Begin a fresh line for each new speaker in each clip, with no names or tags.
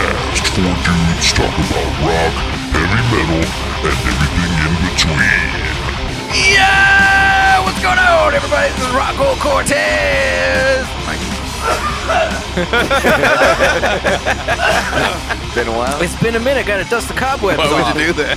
four dudes talk about rock, heavy metal, and everything in between.
Yeah! What's going on, everybody? This is Rocco Cortez.
Been a while.
It's been a minute. Got to dust the cobwebs
Why
off.
would you do that?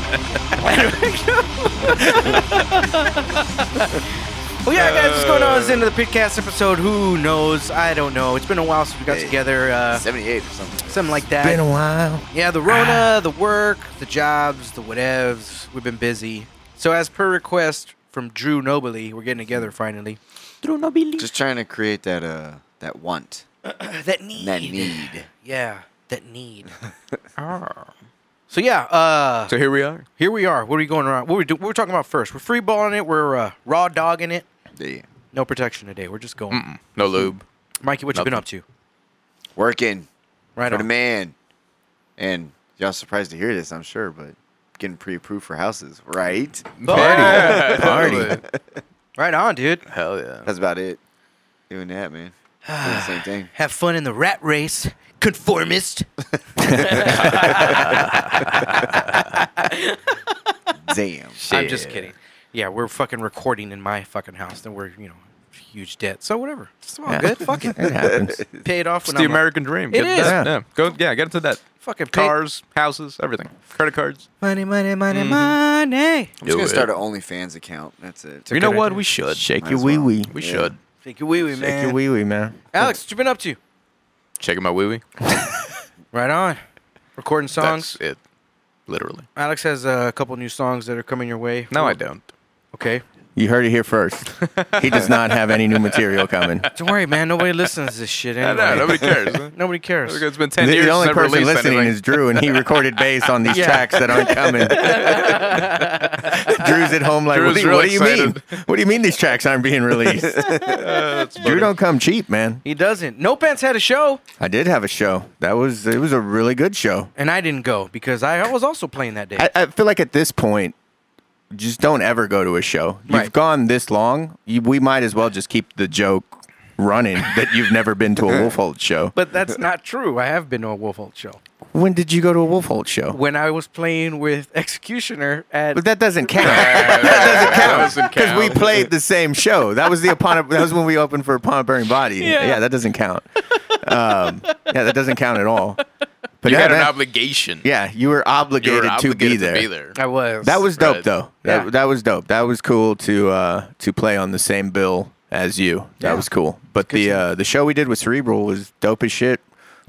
Well, yeah, guys, what's going on? It's the end of
Uh.
the Pitcast episode. Who knows? I don't know. It's been a while since we got
Hey.
together. Uh,
78 or something.
something like that. Been a while. Yeah, the Rona, the work, the jobs, the whatevs. We've been busy. So, as per request from Drew Nobly, we're getting together finally. Drew Nobly.
Just trying to create that uh that want,
Ah, that need.
that need.
Yeah, that need. Ah. So yeah, uh,
So here we are.
here we are. What are we going around? What are we do? What are we talking about first? We're free balling it. We're uh, raw dogging it.
The
No protection today. We're just going.
Mm-mm. No lube.
Mikey, what you been
Nothing.
up to?
working
Right
for the
on.
man. And y'all surprised to hear this, I'm sure, but getting pre-approved for houses, right?
Yeah,
Party. Right on, dude.
Hell yeah.
That's about it. Doing that, man. Doing the same thing.
Have fun in the rat race, conformist.
Damn.
I'm just kidding. Yeah, we're fucking recording in my fucking house, then we're you know huge debt. So whatever. It's all good. Fuck it.
It happens.
Pay it off.
It's
When
the
I'm like,
American dream.
It
Get
is.
That. Yeah. Go. Yeah. Get into that.
fucking pay-
Cars, houses, everything. Credit cards.
Money, money, money, money.
I'm just gonna start an OnlyFans account. That's it.
You know what? We should.
Shake
Might
your
as well.
wee wee.
We
Yeah.
should.
Thank you, wee wee,
Eh.
Shake your wee wee, man.
Alex, what you been up to?
Shaking my wee wee.
Right on. Recording songs.
That's it. Literally.
Alex has uh, a couple new songs that are coming your way.
No, I don't.
Okay.
You heard it here first. He does not have any new material coming.
Don't worry, man. Nobody listens to this shit
I
anyway.
know. Nobody cares. huh?
Nobody cares.
It's been
The,
ten years.
the only
since I've
person
released
listening
anything.
is Drew, and he recorded bass on these tracks that aren't coming. Drew's at home like,
Drew's
what, do you-
real
what do you
excited.
mean? What do you mean these tracks aren't being released? Drew don't come cheap, man.
He doesn't. No Pants had a show,
I did have a show. That was it was a really good show.
and I didn't go because I was also playing that day.
I, I feel like at this point, just don't ever go to a show. You've
Right.
gone this long. You, we might as well just keep the joke running that you've never been to a Wolfhold show.
but that's not true. I have been to a Wolfhold show
When did you go to a Wolfhold show?
when I was playing with Executioner at.
But that doesn't count
that doesn't count.
because we played the same show. That was the upon. that was when we opened for Upon a Burning Body.
Yeah.
Yeah, that doesn't count. Um, yeah, that doesn't count at all. But
You
yeah,
had an
man.
obligation.
yeah, you were
You
obligated,
were obligated
to be there.
I was.
That was dope
Right.
though. That,
Yeah.
that was dope. That was cool to uh, to play on the same bill as you. That
Yeah.
was cool. But the uh, the show we did with Cerebral was dope as shit.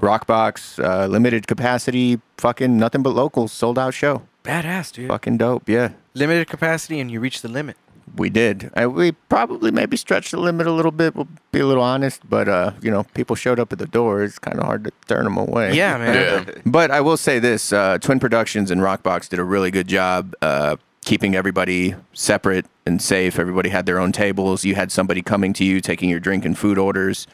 Rockbox, uh, limited capacity, fucking nothing but locals, sold out show.
badass, dude.
Fucking dope. Yeah,
Limited capacity, and you reach the limit.
we did. I, we probably maybe stretched the limit a little bit. We'll be a little honest, but uh, you know, people showed up at the door. It's kind of hard to turn them away.
Yeah, man.
Yeah.
But I will say this: uh, Twin Productions and Rockbox did a really good job uh, keeping everybody separate and safe. Everybody had their own tables. You had somebody coming to you, taking your drink and food orders.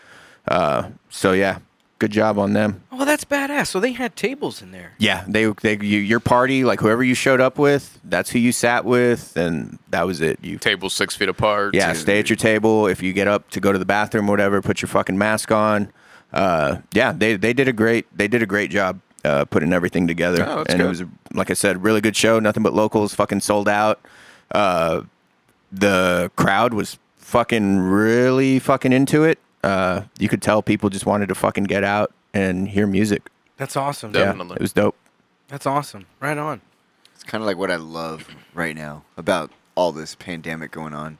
Uh, so yeah, good job on them.
Oh, that's badass. So they had tables in there.
Yeah, they they you, your party, like whoever you showed up with, that's who you sat with, and that was it. You
Tables six feet apart.
yeah, stay at your table. If you get up to go to the bathroom, or whatever, put your fucking mask on. Uh, yeah, they they did a great they did a great job uh, putting everything together,
Oh, that's
and
good.
it was like I said, really good show. Nothing but locals, fucking sold out. Uh, the crowd was fucking really fucking into it. Uh, you could tell people just wanted to fucking get out and hear music.
That's awesome.
Yeah.
Yeah.
Definitely.
It was dope.
That's awesome. Right on.
It's kind of like what I love right now about all this pandemic going on,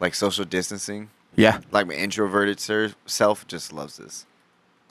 like social distancing.
Yeah,
Like my introverted ser- self just loves this.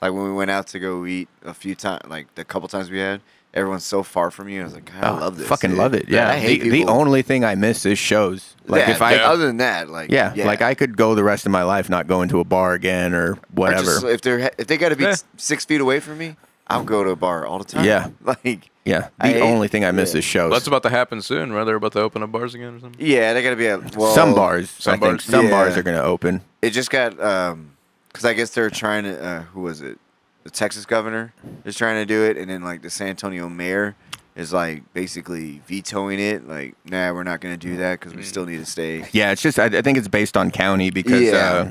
Like when we went out to go eat a few times, like the couple times we had, everyone's so far from you. I was like, God, I
Oh,
love this.
Fucking
dude.
love it. Yeah,
I hate
the, the
people.
only thing I miss is shows. Like
Yeah,
if I
but other than that, like
Yeah, like I could go the rest of my life not going to a bar again or
Or
whatever.
just- if they're if they got to be
Yeah.
s six feet away from me, I'll go to a bar all the time.
Yeah.
like
yeah, the
I hate-
only thing I miss
yeah.
is shows.
Well, that's about to happen soon, right? They're about to open up bars again or something.
yeah, they got to be at well,
some bars,
some
I think
bars.
some
Yeah.
bars are going to open.
It just got um, because I guess they're trying to uh, who was it? The Texas governor is trying to do it, and then like the San Antonio mayor is like basically vetoing it. Like, nah, we're not gonna do that because we still need to stay.
Yeah, it's just I, I think it's based on county because
Yeah.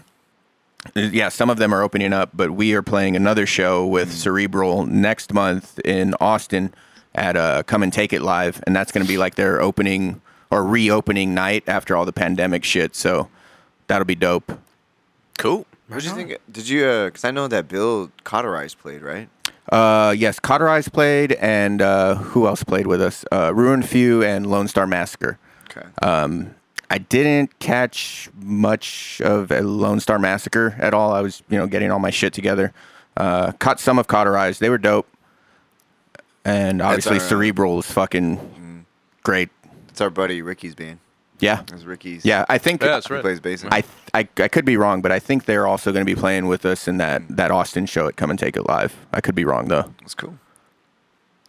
uh, yeah, some of them are opening up, but we are playing another show with
Mm.
Cerebral next month in Austin at uh, Come and Take It Live, and that's going to be like their opening or reopening night after all the pandemic shit. So that'll be dope.
Cool.
What did you think? Did you? uh 'cause Cause I know that Bill Cauterize played right.
Uh, yes, Cauterize played, and uh, who else played with us? Uh, Ruined Few and Lone Star Massacre.
Okay.
Um, I didn't catch much of a Lone Star Massacre at all. I was, you know, getting all my shit together. Uh, caught some of Cauterize. They were dope. And obviously,
alright.
Cerebral is fucking great.
it's our buddy Ricky's band.
Yeah,
That's Ricky's.
yeah. I think.
Yeah, that's
He
right.
plays bass.
I, I I could be wrong, but I think they're also going to be playing with us in that that Austin show at Come and Take It Live. I could be wrong though.
That's cool.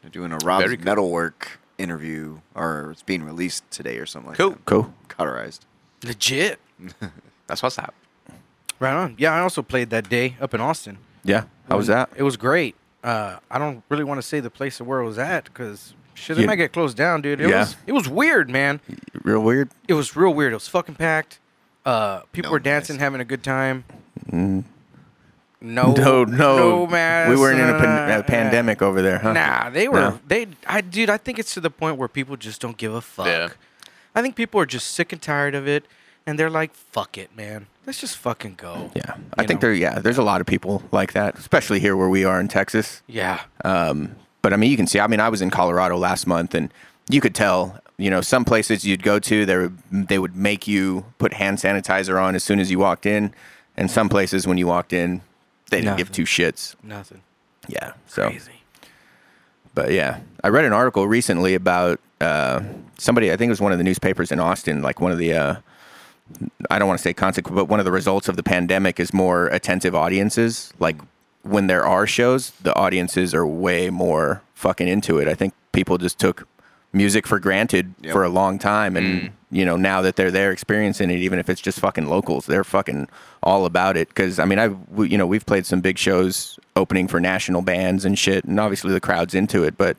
They're doing a Rob's
Very cool.
Metalwork interview, or it's being released today or something like
Cool.
that.
Cool.
Cauterized.
Legit.
That's what's up.
Right on. Yeah, I also played that day up in Austin.
Yeah. How was that?
It was great. Uh, I don't really want to say the place where it was at because shit, it
Yeah.
might get closed down, dude. It
Yeah.
was it was weird, man.
Real weird.
It was real weird. It was fucking packed. Uh, people
No
were dancing,
mask.
having a good time. No,
Mm-hmm. No, no,
Oh, no mask.
We weren't in a, pan-
nah,
a pandemic over there, huh?
Nah, they were.
No.
They, I, dude, I think it's to the point where people just don't give a fuck.
Yeah.
I think people are just sick and tired of it, and they're like, "Fuck it, man. Let's just fucking go."
Yeah, I
You
think
know?
there. Yeah, there's a lot of people like that, especially here where we are in Texas.
Yeah.
Um, but I mean, you can see. I mean, I was in Colorado last month, and you could tell. You know, some places you'd go to, they would, they would make you put hand sanitizer on as soon as you walked in, and some places when you walked in, they didn't give two
Nothing.
shits.
Nothing.
Yeah, so.
Crazy.
But yeah, I read an article recently about uh, somebody. I think it was one of the newspapers in Austin. Like one of the, uh, I don't want to say consequence, but one of the results of the pandemic is more attentive audiences. Like when there are shows, the audiences are way more fucking into it. I think people just took music for granted
Yep.
for a long time, and you know now that they're there experiencing it, even if it's just fucking locals, they're fucking all about it. Because I mean, I we, you know we've played some big shows opening for national bands and shit, and obviously the crowd's into it, but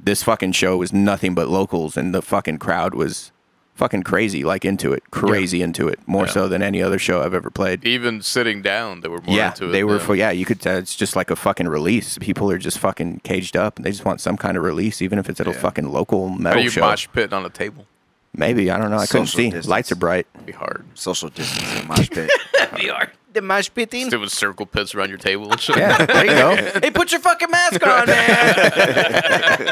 this fucking show was nothing but locals and the fucking crowd was fucking crazy like into it crazy into it more so than any other show i've ever played
Even sitting down, they were more
yeah
into it.
they were
yeah.
fu- yeah you could tell it's just like a fucking release people are just fucking caged up and they just want some kind of release even if it's at a fucking local
Are
metal
you
show
mosh pitting on a table?
maybe i don't know i couldn't
Social
see
distance.
lights are bright
Be hard.
Social distancing mosh pit.
They are. The mash pitting.
Stupid circle pits around your table and shit.
yeah there you go
Hey, put your fucking mask on, man.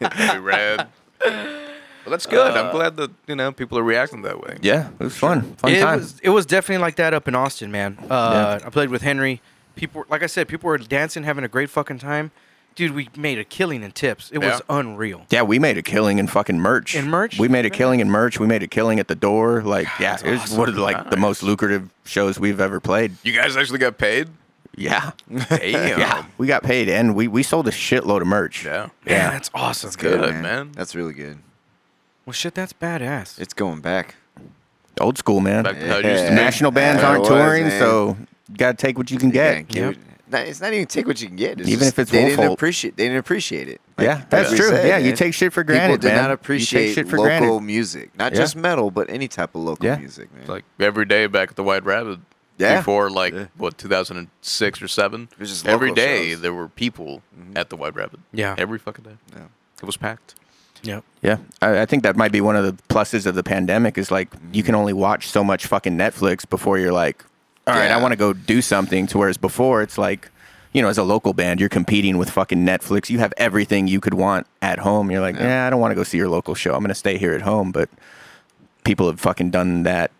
Be rad. Well, that's good. I'm glad that you know people are reacting that way.
yeah it was fun fun
it
time
was it was definitely like that up in Austin, man. Uh, I played with Henry. People, were- like I said, people were dancing, having a great fucking time. Dude, we made a killing in tips. It was
Yeah.
unreal.
yeah, we made a killing in fucking merch.
In merch?
we made a killing in merch. We made a killing at the door. Like, yeah, it was one of the, like the most lucrative shows we've ever played.
You guys actually got paid?
Yeah,
Damn.
Yeah, Um, we got paid and we, we sold a shitload of merch.
Yeah.
Yeah,
Yeah.
that's awesome. That's
good. man.
That's really good.
Well, shit, that's badass.
It's going back.
Old school, man.
Back to how it used to
Yeah.
be.
National bands
Yeah, it
aren't
was,
touring,
man.
so you got to take what you can
Yeah,
get.
give it- not- it's not even take what you can get.
Even
just
if it's
they
Wolf
didn't
Holt.
appreciate they didn't appreciate it.
Yeah, that's
we
true. Yeah, you
man.
take shit for
People
granted,
did
man. You
not
take
appreciate
shit for
local
granted.
music, not
Yeah.
just metal, but any type of local
Yeah.
music, man.
Like every day back at the White Rabbit.
Yeah.
Before like
Yeah.
what 2006 or seven.
was just
every
local
day
shows.
there were people at the White Rabbit.
Yeah.
Every fucking day.
Yeah.
It was packed.
Yep.
Yeah, I, I think that might be one of the pluses of the pandemic is like you can only watch so much fucking Netflix before you're like, all right,
Yeah.
I want to go do something. To whereas before it's like, you know, as a local band, you're competing with fucking Netflix. You have everything you could want at home. You're like, yeah, I don't want to go see your local show. I'm gonna stay here at home. But people have fucking done that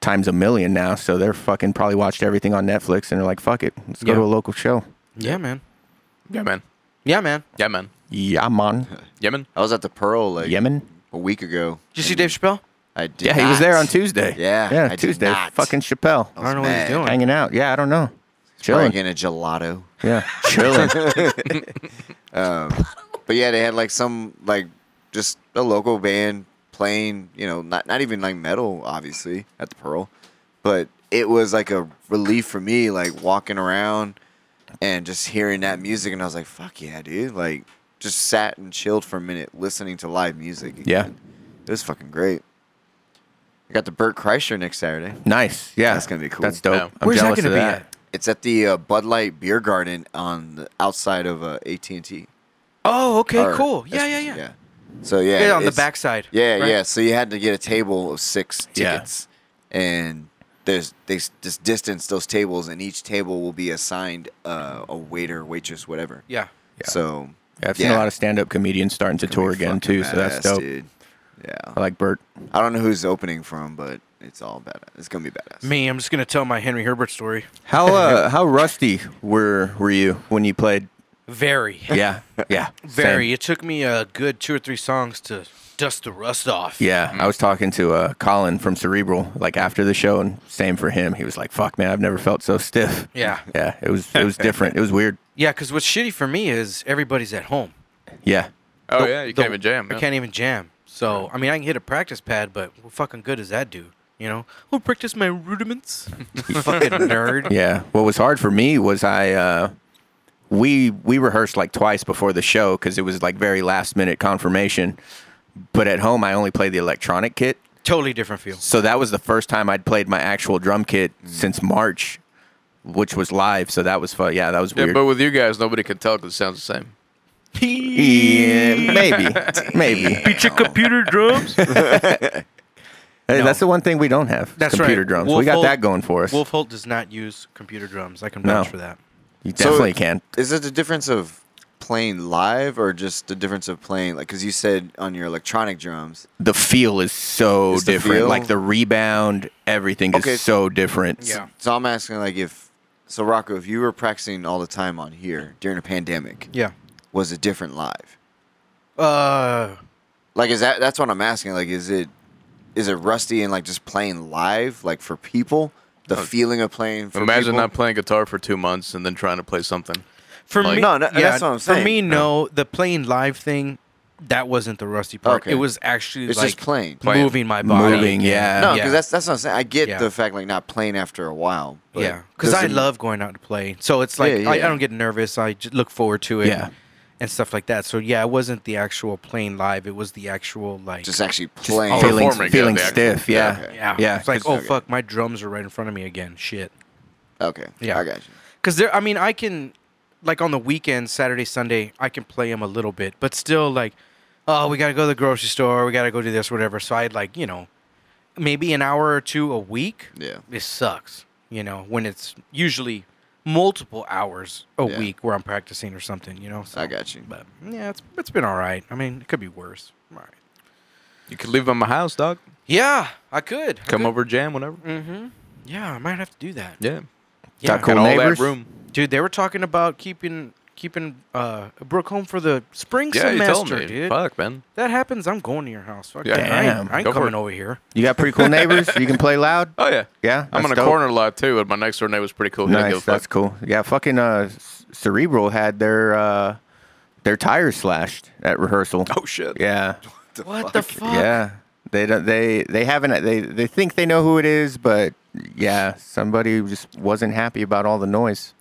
times a million now, so they're fucking probably watched everything on Netflix and they're like, fuck it, let's go
Yeah.
to a local show.
Yeah, man.
Yeah, man.
Yeah, man.
Yeah, man.
Yeah, man.
Yeah, man.
I was at the Pearl like
Yemen.
a week ago.
Did you see
and
Dave Chappelle?
I did
Yeah, he
not.
was there on Tuesday.
Yeah,
yeah,
I did
Tuesday.
not. Oh,
Fucking Chappelle.
I don't know what he's
mad.
doing.
hanging out. Yeah, I don't know.
Probably
Chilling.
getting a gelato.
Yeah, chilling.
But yeah, they had like some like just a local band playing, you know, not not even like metal, obviously, at the Pearl. But it was like a relief for me, like walking around and just hearing that music and I was like, Fuck yeah, dude. Like just sat and chilled for a minute listening to live music.
yeah,
again. It was fucking great. I got the Burt Kreischer next Saturday.
Nice. Yeah.
That's gonna be cool.
That's dope.
Yeah.
I'm
Where's that
jealous
going to be
of that.
at?
It's at the uh, Bud Light Beer Garden on the outside of uh, AT and T.
Oh, okay, cool. Yeah, yeah, yeah.
Yeah. So yeah,
Yeah, on the
it's-
backside.
Yeah,
right?
yeah. So you had to get a table of six
Yeah.
tickets, and there's they s- just distance those tables, and each table will be assigned uh, a waiter, waitress, whatever.
Yeah.
So
Yeah, I've seen a lot of stand-up comedians starting to tour again too, so that's dope.
Yeah.
I like Bert.
I don't know who's opening from, but it's all badass. It's gonna be badass.
Me, I'm just going to tell my Henry Herbert story.
How uh, how rusty were were you when you played?
Very.
Yeah, yeah,
Very.
same.
It took me a good two or three songs to dust the rust off.
Yeah, I was talking to uh, Colin from Cerebral like after the show, and same for him. He was like, "Fuck, man, I've never felt so stiff."
Yeah.
yeah, it was it was different. It was weird.
Yeah, because what's shitty for me is everybody's at home.
Yeah,
Oh
The-
yeah, you
the-
can't even jam.
I
Yeah.
can't even jam. So, I mean, I can hit a practice pad, but what fucking good does that do? You know? Who practice my rudiments? fucking nerd.
Yeah. What was hard for me was I uh, we we rehearsed like twice before the show because it was like very last minute confirmation. But at home, I only played the electronic kit,
Totally different feel.
so that was the first time I'd played my actual drum kit since March, which was live. So that was fun. Yeah, that was
Yeah,
weird.
but with you guys, nobody can tell because it sounds the same.
Yeah, maybe, maybe.
Beat your computer drums.
Hey,
No.
That's the one thing we don't have.
That's
computer
right.
drums.
Wolf
we got
Holt-
that going for us.
Wolf Holt does not use computer drums. I can
No.
vouch for that.
you
So-
definitely can.
Is it the difference of playing live or just the difference of playing like because you said on your electronic drums?
The feel is so
It's the
different.
feel?
Like the rebound, everything
Okay.
is so different.
So I'm asking like if so Rocco, if you were practicing all the time on here during a pandemic,
Yeah.
was it different live?
Uh,
Like is that that's what I'm asking? Like is it is it rusty and like just playing live like for people? The
Oh,
feeling of playing for
Imagine
people?
not playing guitar for two months and then trying to play something.
for
Like-
me,
No, no, that's what I'm
For
saying.
me, no. The playing live thing, that wasn't the rusty part.
Okay.
It was actually
It's
like
just playing.
Playing.
moving my body.
Moving, yeah.
No, because
yeah.
that's that's what I'm saying. I get
Yeah.
the fact like not playing after a while. but
yeah, because
does
I
it-
love going out to play. So it's like
Yeah,
I, I
yeah.
don't get nervous. I j- look forward to it.
Yeah.
And stuff like that. So yeah, it wasn't the actual playing live. It was the actual like
just actually playing.
Oh,
Feeling,
performing, yeah,
feeling
the actual-
stiff. Yeah.
yeah, okay.
yeah.
Yeah.
It's like oh
okay.
fuck, my drums are right in front of me again. Shit.
okay,
Yeah.
I got you.
Because there, I mean, I can, like on the weekend, Saturday, Sunday, I can play them a little bit, but still, like, oh, we gotta go to the grocery store, we gotta go do this, whatever. So I'd like, you know, maybe an hour or two a week.
Yeah.
it sucks, you know, when it's usually multiple hours a
Yeah.
week where I'm practicing or something, you know. So,
I got you.
But yeah, it's it's been all right. I mean, it could be worse. All right.
You could leave at my house, dog.
Yeah, I could I
Come
could.
over, jam whenever.
Yeah, I might have to do that.
Yeah,
Yeah.
Got cool
got all
neighbors.
that room.
Dude, they were talking about keeping keeping uh, Brooke home for the spring
Yeah, you told
semester,
me.
dude.
Fuck, man.
That happens. I'm going to your house. Fuck
Yeah.
that. I ain't-
Damn.
I ain't
Go for
coming
it.
over here.
You got pretty cool neighbors. You can play loud.
Oh yeah,
Yeah,
I'm in
that's
a
dope.
corner lot too, and my next door neighbor was pretty cool. He didn't give
Nice.
a fuck.
That's cool. Yeah. Fucking uh, C- Cerebral had their uh, their tires slashed at rehearsal.
Oh shit.
Yeah.
what the fuck?
Yeah. They don't. They they haven't. They they think they know who it is, but yeah, somebody just wasn't happy about all the noise.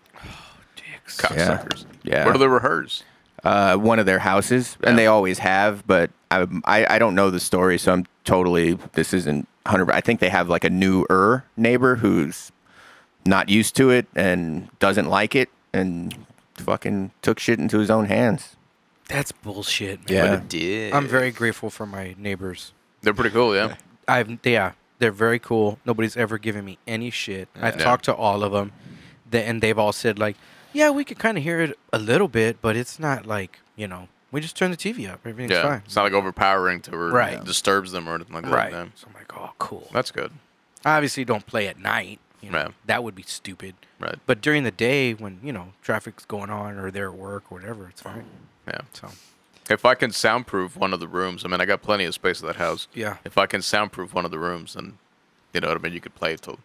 Cocksuckers.
Yeah.
Where do they rehearse?
uh, one of their houses, and they always have. But I, I, I don't know the story, so I'm totally. This isn't hundred. I think they have like a newer neighbor who's not used to it and doesn't like it, and fucking took shit into his own hands.
That's bullshit. Man.
Yeah.
did.
I'm very grateful for my neighbors.
They're pretty cool. Yeah.
I've yeah, they're very cool. Nobody's ever given me any shit. I've
Yeah.
talked to all of them, th- and they've all said like, yeah, we could kind of hear it a little bit, but it's not like you know, we just turn the TV up. Everything's
yeah.
fine.
It's not like overpowering to or
Right.
disturbs them or anything like that.
right.
no.
So I'm like, oh, cool.
That's good.
I obviously don't play at night. You know,
Right.
that would be stupid.
Right.
But during the day, when you know traffic's going on or they're at work or whatever, it's fine.
Yeah.
So
If I can soundproof one of the rooms, I mean, I got plenty of space in that house.
Yeah.
If I can soundproof one of the rooms, then you know what I mean. You could play till.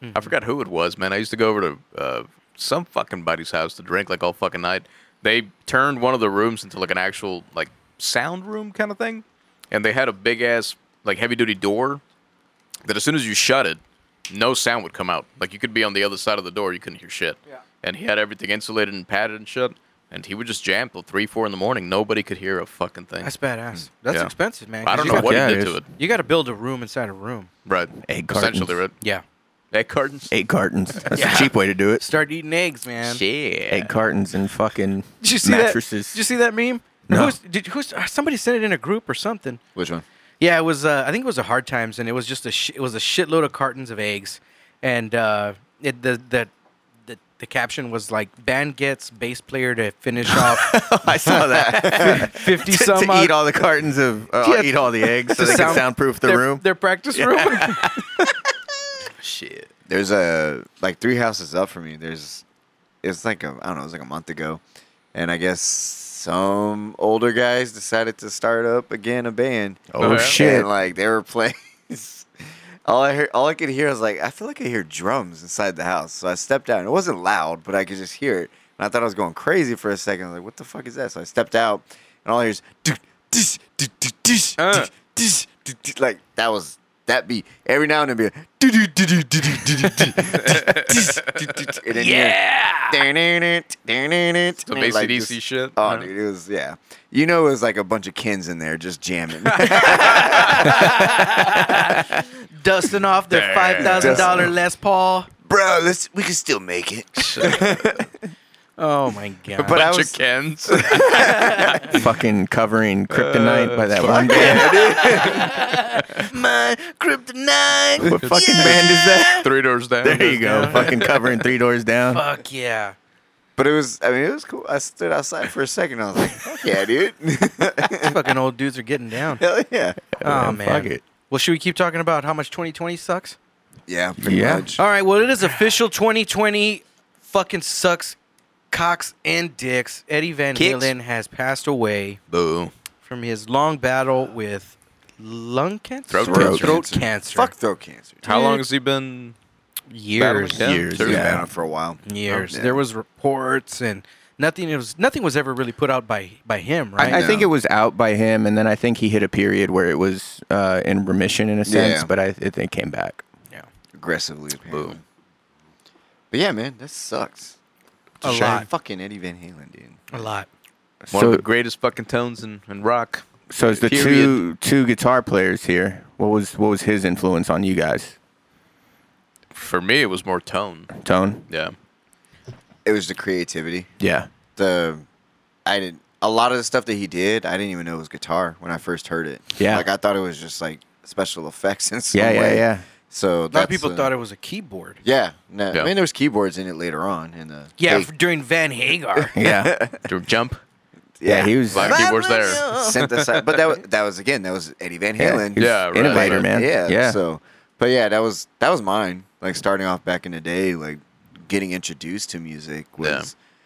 Mm-hmm.
I forgot who it was, man. I used to go over to uh, some fucking buddy's house to drink like all fucking night. They turned one of the rooms into like an actual like sound room kind of thing, and they had a big ass like heavy duty door that as soon as you shut it, no sound would come out. Like you could be on the other side of the door, you couldn't hear shit. Yeah. And he had everything insulated and padded and shit. and he would just jam till three, four in the morning. Nobody could hear a fucking thing.
That's badass. That's
Hmm. Yeah.
expensive, man. 'cause
I don't
you
know
got-
what
yeah,
he
it
did to
is.
it.
You got to build a room inside a room.
Right.
Egg
Essentially, right.
cartons.
Yeah.
Egg cartons.
Eight cartons. That's
Yeah.
a cheap way to do it.
Start eating eggs, man.
Shit.
Eight cartons and fucking
Did you see
mattresses.
that? Did you see that meme?
No.
Who's, did, who's, uh, somebody sent it in a group or something.
Which one?
Yeah, it was. Uh, I think it was a hard times, and it was just a. Sh- it was a shitload of cartons of eggs, and uh, it, the the. the- The caption was like, "Band gets bass player to finish off
I saw that.
fifty
to,
some
to
odd
eat all the cartons of uh,
Yeah.
eat all the eggs so
to
they can
sound-
soundproof the
their,
room.
their practice room."
Shit.
there's a like three houses up from me. There's it's like a I don't know, it's like a month ago, and I guess some older guys decided to start up again a band.
Oh,
Okay.
shit.
And like they were playing. all I heard, all I could hear was like I feel like I hear drums inside the house. So I stepped out. It wasn't loud, but I could just hear it, and I thought I was going crazy for a second. I was like, what the fuck is that? So I stepped out, and all I hear is "Duk, dish, duk, duk, dish,
Uh.
duk, dish, duk, duk." like that was. That beat every now and then be a do do do do do do do do yeah
Some
some
ACDC shit.
Oh,
Uh,
dude, it was yeah. You know, it was like a bunch of kins in there just jamming.
dusting off their
Damn.
five thousand dollar Les Paul.
Bro, let's we can still make it.
Oh my god!
Bunch
But I was-
of Kens.
fucking covering
Uh,
kryptonite by that one band.
My kryptonite.
What fucking band is that?
Three doors down.
There you go. fucking covering three doors down.
Fuck yeah!
But it was, I mean, it was cool. I stood outside for a second. I was like, fuck yeah, dude.
These fucking old dudes are getting down.
Hell yeah.
Oh
man,
man!
fuck it.
Well, should we keep talking about how much 2020 sucks?
Yeah, pretty
Yeah.
much.
All right. Well, it is official. 2020 fucking sucks. Cocks and dicks. Eddie Van
Kicks.
Halen has passed away
Boo.
from his long battle with lung cancer,
Throat Throat
cancer, throat
cancer.
cancer.
Fuck throat cancer.
How
Dude.
long has he been?
years,
battling
Years,
It's been
yeah.
around for a while.
years.
Yeah.
There was reports and nothing. It was nothing was ever really put out by by him, right?
I, I think
No.
it was out by him, and then I think he hit a period where it was uh, in remission in a sense,
Yeah.
but I it, it came back.
yeah.
Aggressively, apparently.
Boom.
But yeah, man, that sucks.
A
shame.
lot.
Fucking Eddie Van Halen, dude.
A lot.
One
so,
of the greatest fucking tones in, in rock.
so it's the two
period.
two guitar players here. What was what was his influence on you guys?
For me, it was more tone.
Tone.
Yeah.
It was the creativity.
Yeah.
the I didn't a lot of the stuff that he did, I didn't even know it was guitar when I first heard it.
Yeah.
Like I thought it was just like special effects in some
Yeah. Yeah.
way.
Yeah.
So
A
uh,
lot of people thought it was a keyboard.
Yeah. No,
Yeah.
I mean there was keyboards in it later on in the
Yeah,
Hey,
f- during Van Hagar.
Yeah.
To Jump.
yeah. He was.
Black keyboards there.
synthesizer. But that was, that was again, that was Eddie Van
yeah,
Halen.
he was
Yeah, right.
Innovator, man.
Yeah.
Yeah.
So but yeah, that was that was mine. Like starting off back in the day, like getting introduced to music was
Yeah.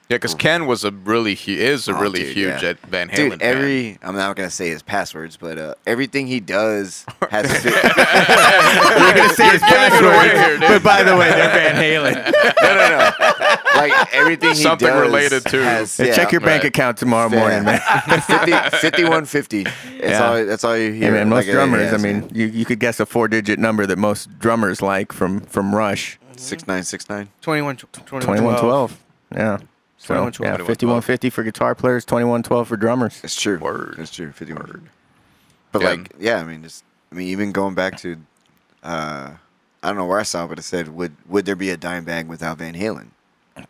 Yeah, because Ken was a really hu- is a
Oh,
really
dude,
huge
yeah.
at Van Halen.
Dude,
fan.
every I'm not gonna say his passwords, but uh, everything he does has. fi-
We're gonna say his
away here, dude.
but by the way, they're Van Halen.
no, no, no. Like everything he
Something
does
related to-
has-
Yeah,
yeah,
Check your bank
right.
account tomorrow
yeah.
morning, man.
50, 5150. That's
Yeah.
all. That's all you
Hey
hear.
man, most
Like, uh,
drummers.
yeah,
I mean, you, you could guess a four-digit number that most drummers like from from Rush.
six nine six nine.
21,
21 12. Yeah. So,
21, 12.
yeah, 5150 for guitar players, 2112 for drummers.
It's true.
Word.
It's true. Fifty one. But
Yeah.
like, yeah. I mean, just I mean, even going back to, uh, I don't know where I saw, it, but it said, "Would would there be a dime bag without Van Halen?"
Uh,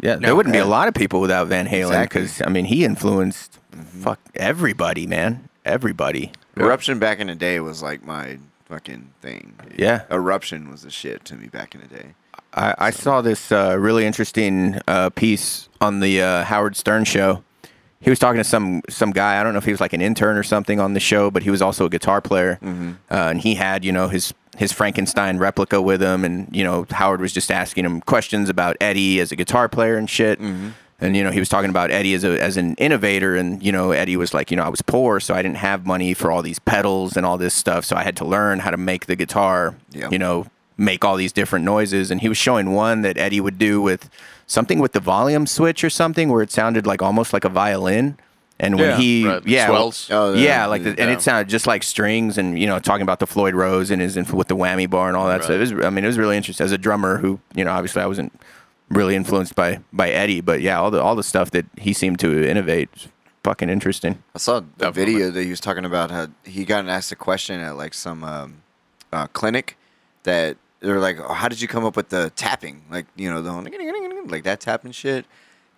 yeah, there
No.
wouldn't be
Yeah.
a lot of people without Van Halen
Exactly.
because I mean he influenced fuck everybody, man, everybody.
Eruption back in the day was like my fucking thing.
Yeah.
Eruption was the shit to me back in the day.
I, I saw this uh, really interesting uh, piece on the uh, Howard Stern show. He was talking to some some guy. I don't know if he was like an intern or something on the show, but he was also a guitar player, uh, and he had you know his his Frankenstein replica with him, and you know Howard was just asking him questions about Eddie as a guitar player and shit. And you know he was talking about Eddie as a, as an innovator, and you know Eddie was like, you know, I was poor, so I didn't have money for all these pedals and all this stuff, so I had to learn how to make the guitar,
Yeah.
you know know, make all these different noises. And he was showing one that Eddie would do with something with the volume switch or something where it sounded like almost like a violin. And when
Yeah,
he,
right.
yeah,
Swells.
Oh,
yeah,
yeah.
like, the, and
Yeah.
it sounded just like strings, and you know, talking about the Floyd Rose and his inf- with the whammy bar and all that stuff. It was, I mean, it was really interesting as a drummer who, you know, obviously I wasn't really influenced by by Eddie. But yeah, all the all the stuff that he seemed to innovate, is fucking interesting.
I saw a
Definitely.
video that he was talking about how he got asked a question at like some um, uh, clinic that they're like, oh, "How did you come up with the tapping? Like you know the like that tapping shit."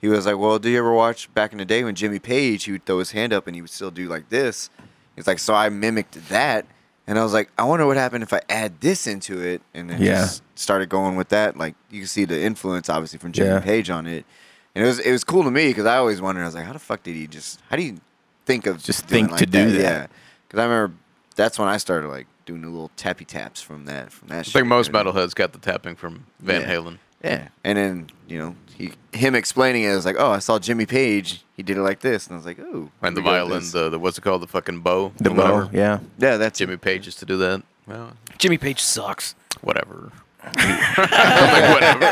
He was like, "Well, do you ever watch back in the day when Jimmy Page he would throw his hand up and he would still do like this?" He's like, "So I mimicked that." And I was like, I wonder what happened if I add this into it, and then
Yeah.
just started going with that. Like you can see the influence, obviously, from Jimmy
Yeah.
Page on it, and it was it was cool to me because I always wondered. I was like, how the fuck did he just? How do you think of
Just
doing
think to do that.
Yeah, because I remember that's when I started like doing the little tappy taps from that from that.
I think most metalheads got the tapping from Van
Yeah.
Halen.
Yeah, and then you know he him explaining it I was like, oh, I saw Jimmy Page. He did it like this, and I was like, oh,
And the
we got
violin,
this.
the, the what's it called, the fucking bow,
The
or
bow,
whatever.
yeah.
yeah, that's
Jimmy
Jimmy.
Page used to do that. Well,
Jimmy Page sucks.
whatever. Like, whatever.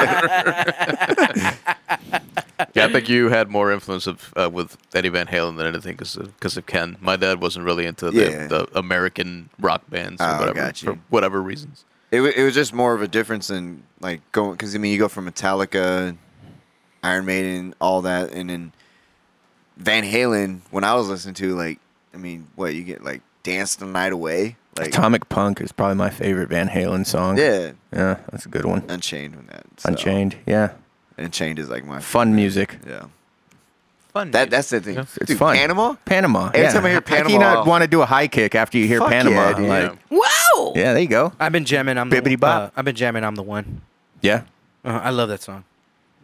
yeah, I think you had more influence of uh, with Eddie Van Halen than anything because of, 'cause of Ken. My dad wasn't really into the,
Yeah.
the American rock bands or
Oh,
whatever
got you.
for whatever reasons.
It, wa- it was just more of a difference in like going because I mean you go from Metallica, Iron Maiden, all that, and then Van Halen. When I was listening to like, I mean, what you get like "Dance the Night Away," like
Atomic Punk is probably my favorite Van Halen song.
yeah,
yeah, that's a good one.
Unchained when that so-
Unchained, yeah,
Unchained is like my
fun music.
yeah.
Fun.
That that's the thing.
It's
Dude,
fun.
Panama.
Panama.
Every
yeah.
time I hear
How do
Panama-
you not want to do a high kick after you hear
Fuck
Panama?
yeah, dude.
like,
Wow.
yeah, there you go.
Oh! I've been jamming. I'm
Bibbidi
the,
bop.
uh, I've been jamming. I'm the one.
Yeah,
Uh, I love that song.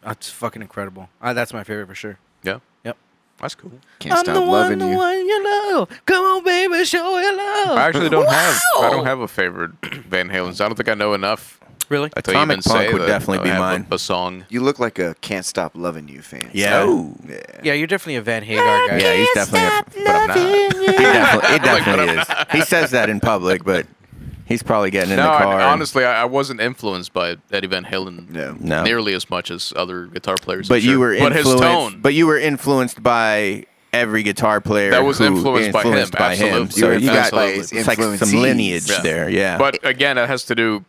That's fucking incredible. Uh, that's my favorite for sure.
yeah,
Yep.
that's cool.
Can't stop loving you.
one you love. Come on, baby, show your love.
I actually don't have I don't have a favorite Van Halen. So I don't think I know enough.
really.
to
Atomic
even
Punk
say
would
that
definitely
I
be
have a-
mine.
A, song.
You look like a "Can't Stop Loving You" fan.
yeah,
Yeah.
Yeah, you're definitely a Van Hagar guy.
yeah. He's definitely. A,
But I'm not.
he definitely, it definitely is. He says that in public, but he's probably getting in
No,
the
I-
car. and-
honestly, I, I wasn't influenced by Eddie Van Halen
No.
No.
nearly as much as other guitar players. I'm
Oh. but you
sure.
were
but
influenced.
his tone.
But you were influenced by every guitar player
That was
who
influenced by him,
influenced by him.
absolutely.
So you got
Absolutely.
like,
his
it's like some
influencees.
lineage
Yeah.
there. Yeah,
But again, that has to do.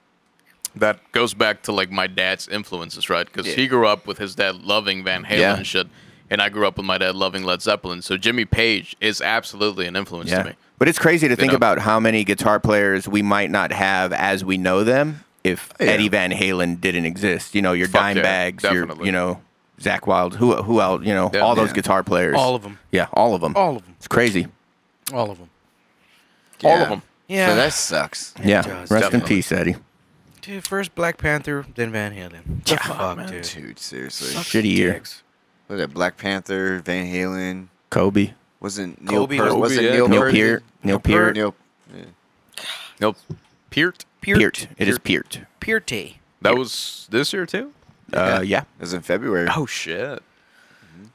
That goes back to like my dad's influences, right? Because he grew up with his dad loving Van Halen
Yeah.
and shit, and I grew up with my dad loving Led Zeppelin. So Jimmy Page is absolutely an influence
yeah.
to me.
But it's crazy to think
know?
about how many guitar players we might not have as we know them if Eddie Van Halen didn't exist. You know, your
Fuck
dime
yeah,
bags, your
definitely.
you know Zach Wild, who who else? You know,
Yeah.
all those
Yeah.
guitar players,
All of 'em.
Yeah, all of them.
All of 'em.
It's crazy.
All of them.
All of them.
Yeah.
So that sucks.
Yeah.
does,
Rest in
definitely.
peace, Eddie.
Dude, first Black Panther, then Van Halen. The fuck, dude.
Dude, seriously.
Shitty year.
Dicks.
Was that Black Panther, Van Halen?
Kobe.
Wasn't Neil
Kobe.
Peart?
Kobe,
Wasn't
yeah.
Neil,
Neil
Peart?
Peart. Neil Peart.
Neil.
Nope. Peart.
Peart. It is Peart.
Pirte.
That was this year too.
Uh, yeah.
It was in February.
Oh shit!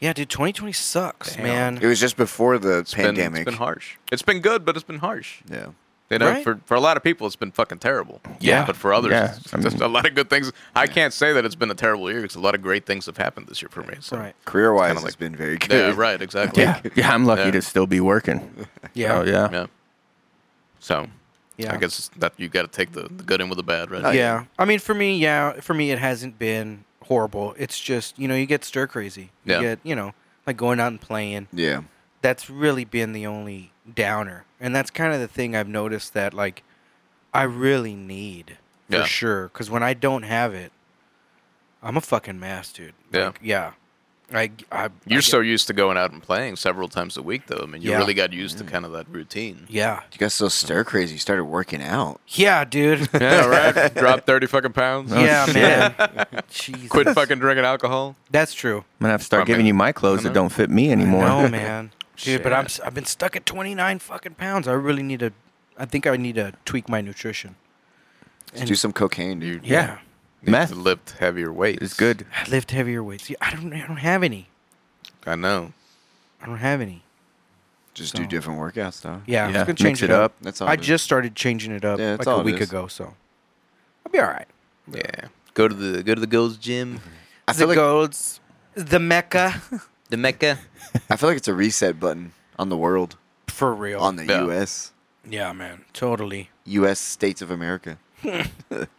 Yeah, dude, 2020 sucks,
It
man.
was just before the
Been-
pandemic.
it's been harsh. It's been good, but it's been harsh.
Yeah.
You know,
Right?
for, for a lot of people, it's been fucking terrible.
Yeah.
But for others,
Yeah.
it's
I
just
mean-
a lot of good things. I can't say that it's been a terrible year because a lot of great things have happened this year for me. So.
Right.
Career wise,
kinda
it's
like-
been very good.
Yeah, right, exactly.
Yeah. Yeah. I'm lucky
Yeah.
to still be working.
Yeah.
Oh, yeah.
Yeah. So,
Yeah. Oh,
I guess that you got to take the, the good in with the bad, right?
yeah. I mean, for me, yeah, for me, it hasn't been horrible. It's just, you know, you get stir crazy.
Yeah.
You get, you know, like going out and playing.
Yeah.
that's really been the only downer. And that's kind of the thing I've noticed that like I really need for
Yeah.
sure. Because when I don't have it, I'm a fucking mess, dude.
Yeah.
Like, yeah. I, I I
You're
get-
so used to going out and playing several times a week, though. I mean, you
Yeah.
really got used to kind of that routine.
yeah
You got so stir crazy. You started working out.
yeah, Oh, dude.
Yeah, right. Drop 30 fucking pounds.
yeah, man. Jesus.
Oh, Quit fucking drinking alcohol.
That's true.
I'm gonna have to start
I
giving
mean,
you my clothes
I
that
know.
don't fit me anymore.
No, man. Dude, but I'm
Shit.
s- I've been stuck at 29 fucking pounds. I really need to. I think I need to tweak my nutrition.
Just do some cocaine, dude.
Yeah.
Need
Meth.
to lift heavier weights.
It's good.
I lift heavier weights. Yeah, I don't. I don't have any.
I know.
I don't have any.
Just do different workout stuff.
Yeah,
Yeah,
it's gonna
mix
change it
it
up.
up.
That's all
I
it is.
just started changing it up
Yeah, that's
like
all
a
it
week
is.
ago, so I'll be all right.
Yeah. Go to the go to the girls' gym,
I feel like
golds, the mecca,
the Mecca.
I feel like it's a reset button on the world,
for real.
on the
Yeah.
U.S.
yeah, man, totally.
U.S. states of America.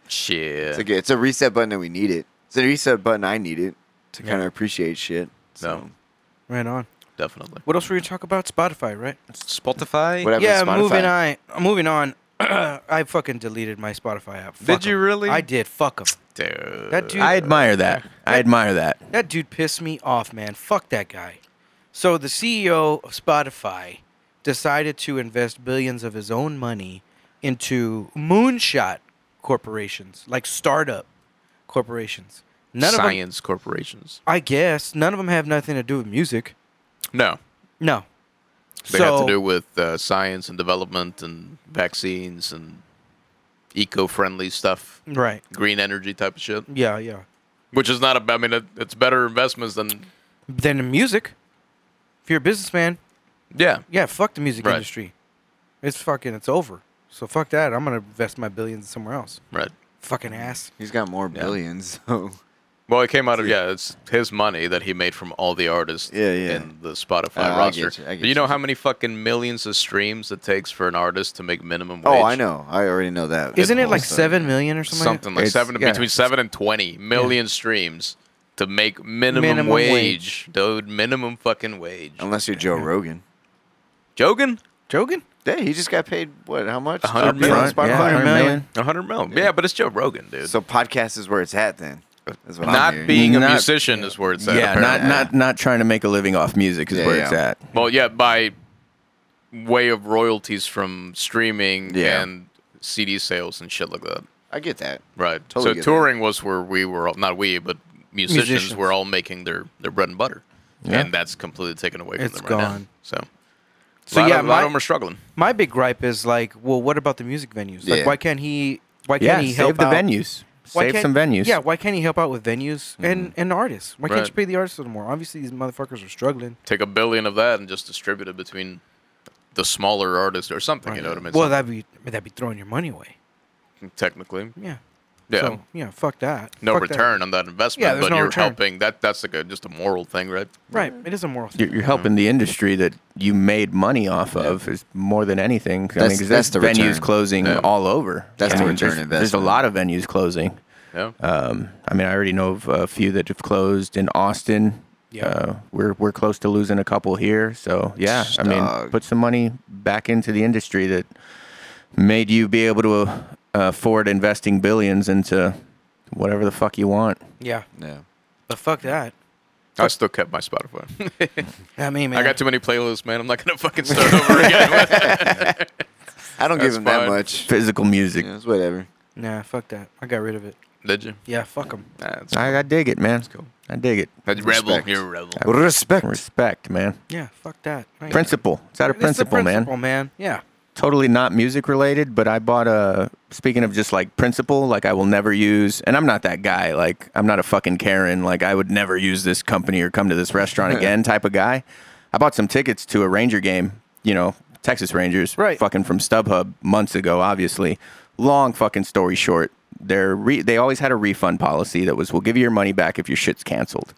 Shit.
It's like it's a reset button, and we need it. So he said, button I need it to kind of appreciate shit. So
No.
Right on.
Definitely.
What else were you talking about? Spotify, right?
Spotify?
What happened
yeah,
to Spotify?
moving on. Moving on. I fucking deleted my Spotify app. Fuck
Did you
'em.
really? Uh,
I did. Fuck him.
Dude.
That dude.
I admire that. I admire that.
That dude pissed me off, man. Fuck that guy. So the CEO of Spotify decided to invest billions of his own money into moonshot corporations, like startup corporations. None of them,
Science corporations.
I guess, none of them have nothing to do with music.
No.
No.
They have to do with uh, science and development and vaccines and eco-friendly stuff,
right.
green energy type of shit.
Yeah, yeah.
Which is not a. I mean, it, it's better investments than.
Then the music. If you're a businessman,
Yeah.
yeah, fuck the music
Right.
industry. It's fucking, it's over. So fuck that. I'm gonna invest my billions somewhere else.
Right.
Fucking ass.
He's got more billions, so
Well, it came out of yeah, it's his money that he made from all the artists
Yeah, yeah.
in the Spotify
Uh, I
roster.
get you, I
But
get
you know
you.
how many fucking millions of streams it takes for an artist to make minimum wage?
Oh, I know. I already know that.
Isn't it like
Also,
seven million or something? like that?
Something like
It's-
seven
yeah.
between seven and twenty million streams to make minimum,
Minimum
wage, dude. Minimum fucking wage.
Unless you're Joe Rogan.
Jogan,
Jogan?
Yeah, he just got paid what? How much?
100
Up
million.
front,
Front, yeah,
Spotify?
100 million.
a hundred mil. Yeah. but it's Joe Rogan, dude.
So podcast is where it's at then. That's what I'm
not
hearing.
being a
Not-
musician is where it's at.
Yeah, not
apparently.
not not trying to make a living off music is
Yeah,
where
yeah.
it's at.
Well, yeah, by way of royalties from streaming
Yeah.
and CD sales and shit like that.
I get that.
Right.
Totally
so
get
touring was where we were all, not we, but musicians,
Musicians.
were all making their, their bread and butter.
Yeah.
And that's completely taken away from
It's
them right now.
gone.
So,
So,
a lot,
yeah,
of, a lot
my-
of them are struggling.
My big gripe is like, well, what about the music venues? Like,
Yeah.
why can't he? Why
Yeah,
can't he help
save the
out?
venues.
Why
Save
can't-
some venues.
Yeah, why can't he help out with venues and, and artists? Why can't
Mm-hmm. Right.
you pay the artists a little more? Obviously, these motherfuckers are struggling.
Take a billion of that and just distribute it between the smaller artists or something. You know what I mean?
Well,
So,
that'd be I mean, that'd be throwing your money away.
technically,
Yeah.
yeah.
So yeah, fuck that.
no
Fuck that.
return on that investment,
Yeah, there's
but
no
you're
return.
helping. That that's like a, just a moral thing, right?
Right. It is a moral. Thing.
You're, you're helping the industry that you made money off of is more than anything. I mean,
That's-
'cause
that's
there's
the
venues
return.
closing
Yeah.
all over.
That's
I
the
mean,
return
there's, There's a
investment.
lot of venues closing.
Yeah.
Uh,
Um, I mean, I already know of a few that have closed in Austin.
Yeah.
Uh, we're we're close to losing a couple here. So yeah, I mean,
Dog.
put some money back into the industry that made you be able to uh, afford investing billions into whatever the fuck you want.
Yeah.
Yeah.
But fuck that.
I still kept my Spotify.
I mean, man.
I got too many playlists, man. I'm not gonna fucking start over again.
I don't
That's
give him
fine.
that much.
Physical music.
Yeah, it's whatever.
Nah, fuck that. I got rid of it.
Did you?
Yeah, fuck them.
Nah, it's
I, I dig it, man.
cool.
I dig it.
That's rebel.
Respect.
You're a rebel.
Respect.
Respect, man.
Yeah, fuck that. I ain't-
Principle. It's out of
It's the
principle, man.
principle, man. Yeah.
Totally not music related, but I bought a. Speaking of just like principle, like I will never use, and I'm not that guy. Like I'm not a fucking Karen. Like I would never use this company or come to this restaurant again type of guy. I bought some tickets to a Ranger game. You know, Texas Rangers.
Right.
Fucking from StubHub months ago, obviously. Long fucking story short. They're re- they always had a refund policy that was we'll give you your money back if your shit's canceled.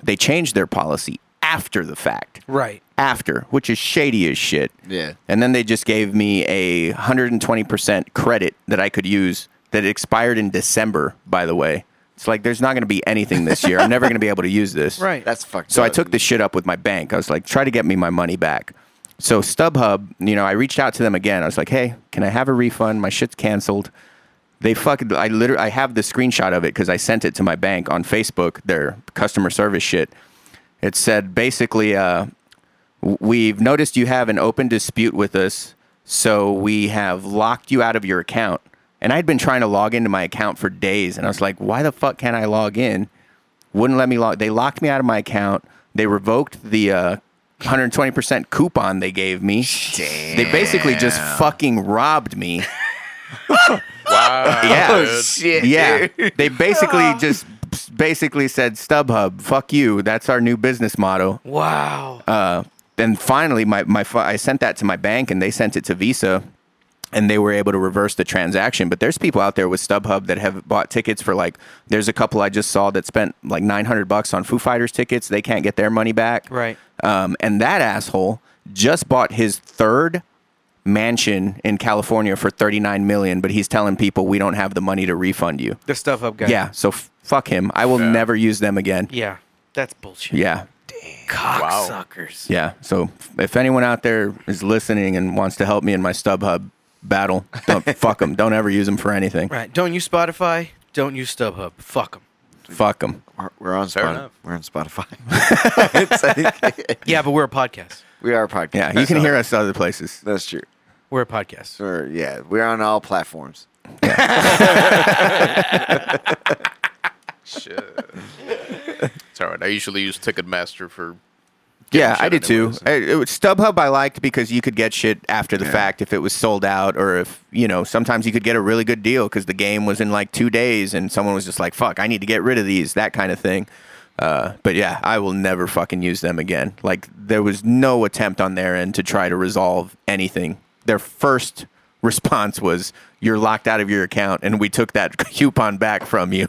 They changed their policy after the fact
Right.
after, which is shady as shit.
Yeah.
And then they just gave me a 120% credit that I could use that expired in December, by the way. It's like there's not going to be anything this year. I'm never going to be able to use this.
Right.
That's fucked
So
up.
I took this shit up with my bank. I was like, try to get me my money back. So StubHub, you know, I reached out to them again. I was like, hey, can I have a refund? My shit's canceled. They fucking, I literally, I have the screenshot of it because I sent it to my bank on Facebook, their customer service shit. It said basically, uh, we've noticed you have an open dispute with us, so we have locked you out of your account. And I'd been trying to log into my account for days, and I was like, why the fuck can't I log in? Wouldn't let me log. They locked me out of my account. They revoked the uh, 120% coupon they gave me. They basically just fucking robbed me.
Wow.
Yeah.
dude.
shit.
Yeah.
dude.
They basically just basically said StubHub, fuck you. That's our new business motto.
Wow.
Uh, then finally, my, my fi- I sent that to my bank, and they sent it to Visa, and they were able to reverse the transaction. But there's people out there with StubHub that have bought tickets for like. There's a couple I just saw that spent like 900 bucks on Foo Fighters tickets. They can't get their money back.
Right.
Um, and that asshole just bought his third mansion in California for 39 million, but he's telling people we don't have the money to refund you.
The stuff up guy.
Yeah, so f- fuck him. I will
Yeah.
never use them again.
Yeah. That's bullshit.
Yeah.
Cocksuckers.
Yeah. So if anyone out there is listening and wants to help me in my StubHub battle, don't fuck them. Don't ever use them for anything.
Right. Don't use Spotify. Don't use StubHub. Fuck them.
Fuck them.
We're- We're on
Fair
Spotify.
enough.
We're on Spotify. It's like-
Yeah, but we're a podcast.
we are a podcast.
Yeah, you
That's
can
all.
hear us other places.
That's true.
We're a podcast.
Or, yeah, we're on all platforms.
Shit. it's all right. I usually use Ticketmaster for.
Yeah,
shit
I did
anyway,
too.
so-
I, it was StubHub I liked because you could get shit after the fact if it was sold out or if, you know, sometimes you could get a really good deal because the game was in like two days and someone was just like, fuck, I need to get rid of these, that kind of thing. Uh, but yeah, I will never fucking use them again. Like, there was no attempt on their end to try to resolve anything. Their first response was, you're locked out of your account and we took that coupon back from you.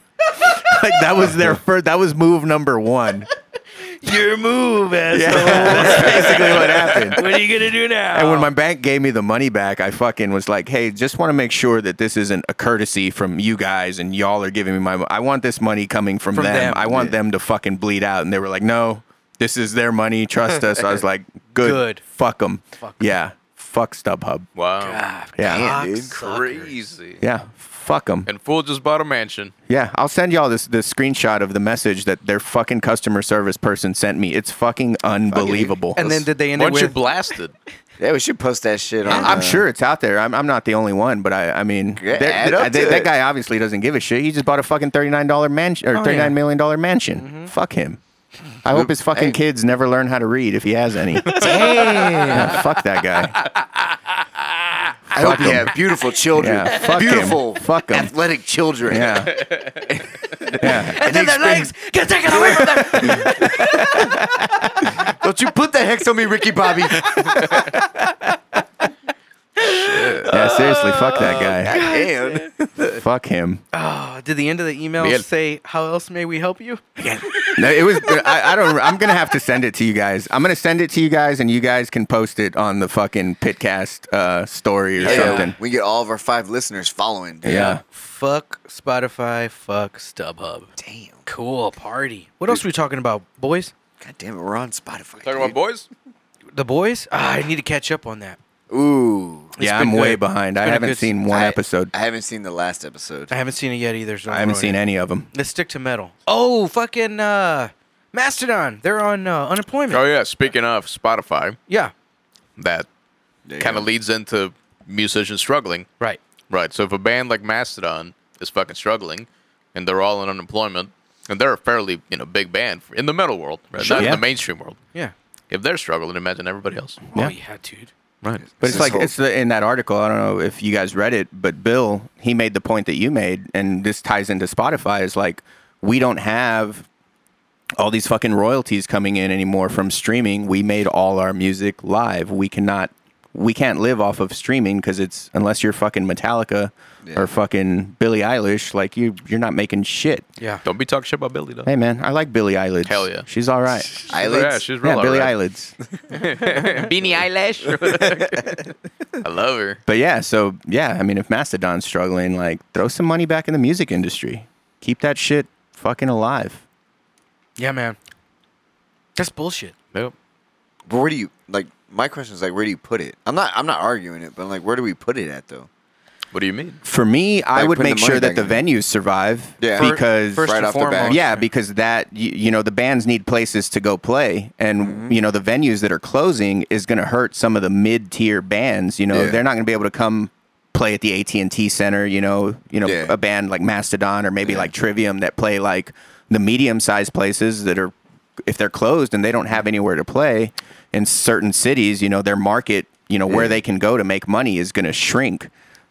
like, that was their first, that was move number one.
Your move, asshole.
Yeah, that's basically what happened.
What are you gonna do now?
And when my bank gave me the money back, I fucking was like, "Hey, just want to make sure that this isn't a courtesy from you guys, and y'all are giving me my. I want this money coming from,
From
them.
them,
I want
yeah.
them to fucking bleed out." And they were like, "No, this is their money. Trust us." I was like, "Good,
Good.
fuck them.
Fuck 'em.
yeah, fuck StubHub.
Wow.
Yeah,
Damn, dude.
Cocksuckers.
Crazy.
yeah, fuck them.
And Fool just bought a mansion.
Yeah, I'll send y'all this the screenshot of the message that their fucking customer service person sent me. It's fucking unbelievable.
And then did they end up
Once you're
with?
blasted,
Yeah, we should post that shit on.
I'm
uh,
sure it's out there. I'm, I'm not the only one, but I, I mean,
Yeah,
there-
add up
th-
to
that
it. Oh,
guy obviously doesn't give a shit. He just bought a fucking thirty-nine dollar mansion or
yeah.
thirty-nine million dollar mansion. Fuck him. I hope his fucking
Mm-hmm. Hey.
kids never learn how to read if he has any. Yeah, fuck that guy.
I hope you have beautiful children.
Yeah, fuck 'em.
beautiful,
Fuck 'em.
athletic children.
Yeah. yeah.
And they experience-
get taken away from them.
Don't you put the hex on me, Ricky Bobby?
Yeah, seriously, fuck that guy.
Damn.
Fuck him.
Oh, did the end of the email
Bien.
say, "How else may we help you"?
No, it was. uh, I, I don't. I'm gonna have to send it to you guys. I'm gonna send it to you guys, and you guys can post it on the fucking Pitcast uh, story or
Yeah,
something.
We get all of our five listeners following. Dude.
yeah.
Fuck Spotify. Fuck StubHub.
Damn.
Cool party. What else are we talking about, boys?
God damn it, we're on Spotify.
talking about
dude.
boys.
The boys? Ah, I need to catch up on that.
Ooh.
yeah,
been
I'm way
good.
behind.
It's
I
been a
haven't
good-
seen one
I-
episode.
I, haven't seen the last episode.
I haven't seen it yet either. So
I haven't seen any of them.
Let's stick to metal. Oh, fucking uh, Mastodon. They're on uh, unemployment.
Oh yeah. Speaking of Spotify,
yeah.
that
There you
kind of
go.
leads into musicians struggling.
Right.
Right. So if a band like Mastodon is fucking struggling, and they're all in unemployment, and they're a fairly you know big band in the metal world, right?
Sure.
not
Yeah.
in the mainstream world.
Yeah.
If they're struggling, imagine everybody else.
Yeah.
Oh yeah, dude.
Right.
But it's
This
like
whole-
it's the, in that article. I don't know if you guys read it, but Bill he made the point that you made, and this ties into Spotify. Is like we don't have all these fucking royalties coming in anymore from streaming. We made all our music live. We cannot, we can't live off of streaming because it's unless you're fucking Metallica
Yeah.
or fucking Billie Eilish, like you you're not making shit.
Yeah.
Don't be talking shit about Billy though.
Hey man, I like Billie Eilish.
Hell yeah.
she's all right.
Eyelids?
Yeah, she's real.
Yeah, Billie
alright.
Eilish.
Beanie Eyelash. I love her.
But yeah, so yeah, I mean, if Mastodon's struggling, like throw some money back in the music industry. Keep that shit fucking alive.
Yeah, man. That's bullshit.
Nope.
But where do you like? My question is like, where do you put it? I'm not. I'm not arguing it, but I'm like, where do we put it at though?
What do you mean?
For me, I
Like,
would
putting
make
the money
sure that
back
the
in
venues survive.
Yeah. Fir-
Because
First
Right
and
off the bat.
foremost.
yeah, because that you, you know the bands need places to go play, and
Mm-hmm.
you know the venues that are closing is going to hurt some of the mid-tier bands. You know
Yeah.
they're not going to be able to come play at the AT and T Center. You know, you know
Yeah.
a band like Mastodon or maybe like Trivium that play like the medium-sized places that are if they're closed and they don't have anywhere to play in certain cities. You know their market, you know where they can go to make money is going to shrink.